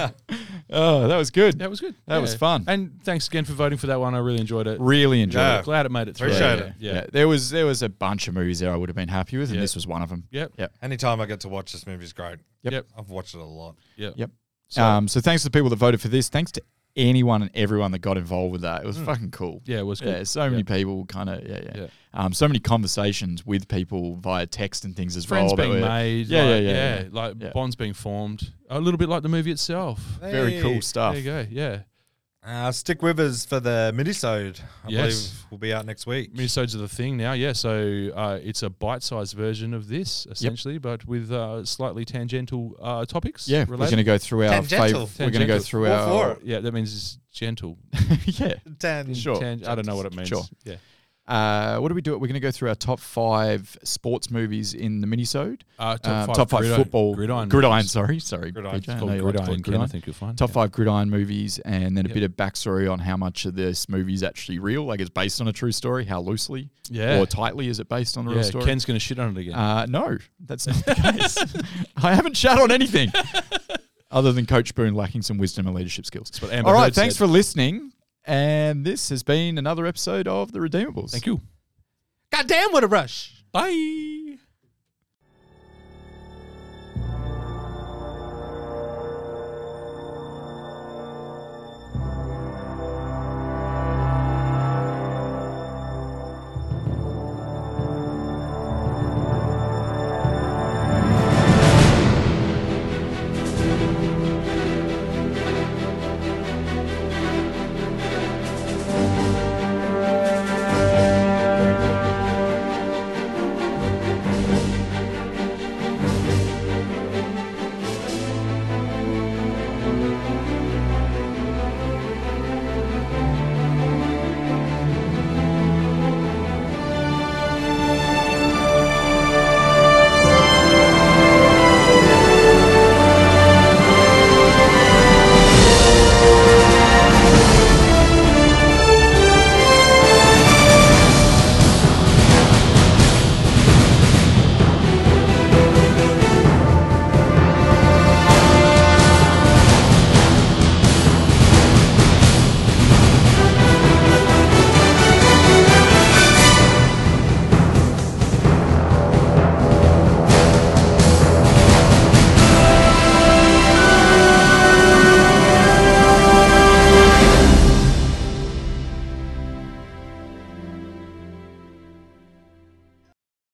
oh, that was good.
That was good.
That was fun.
And thanks again for voting for that one. I really enjoyed it.
really enjoyed
Yeah.
it.
Glad it made it through.
Appreciate
yeah,
it.
Yeah.
There was there was a bunch of movies there I would have been happy with, and
Yeah.
this was one of them.
Yep.
Yep.
Anytime I get to watch this movie is great.
Yep.
Yep.
Yep.
I've watched it a lot.
Yep.
So-
um, so thanks to the people that voted for this. Thanks to anyone and everyone that got involved with that. It was fucking cool.
Hmm. Yeah, it was
Yeah,
good.
so many people kind of yeah, yeah.
Yeah.
Um, so many conversations with people via text and things as
Friends
well. that
being
were-
made.
Yeah,
like,
yeah, yeah, yeah.
Like
Yeah.
bonds being formed. A little bit like the movie itself.
Very cool stuff.
There you go. Yeah.
Uh, stick with us for the minisode. I
Yes.
believe will be out next week.
Minisodes are the thing now. Yeah. So uh, it's a bite-sized version of this essentially, but with uh, slightly tangential uh, topics.
Yeah, we're
related.
going to go through our
Tangential.
fav- We're going to go
Tangential.
through
All
our
for
Yeah, that means it's gentle.
yeah.
Dan.
Sure.
Tang- I don't know what it means.
Sure.
Yeah.
Uh, what do we do? We're going to go through our top five sports movies in the minisode.
Uh, top
Um,
five
top five
gridiron-
football
gridiron movies.
Sorry, sorry. PJ,
Gridiron.
I
It's
know
called
you like to call
gridiron.
it
Ken, I think you'll find.
Top
Yeah.
five gridiron movies, and then a
Yep.
bit of backstory on how much of this movie is actually real. Like it's based on a true story. How loosely
Yeah.
or tightly is it based on a
Yeah,
real story?
Ken's going to shit on it again.
Uh, no, that's not the case. I haven't shat on anything other than Coach Boone lacking some wisdom and leadership skills.
what Amber
All right,
Heard
thanks
said.
for listening. And this has been another episode of The Redeemables.
Thank you.
God damn, what a rush.
Bye.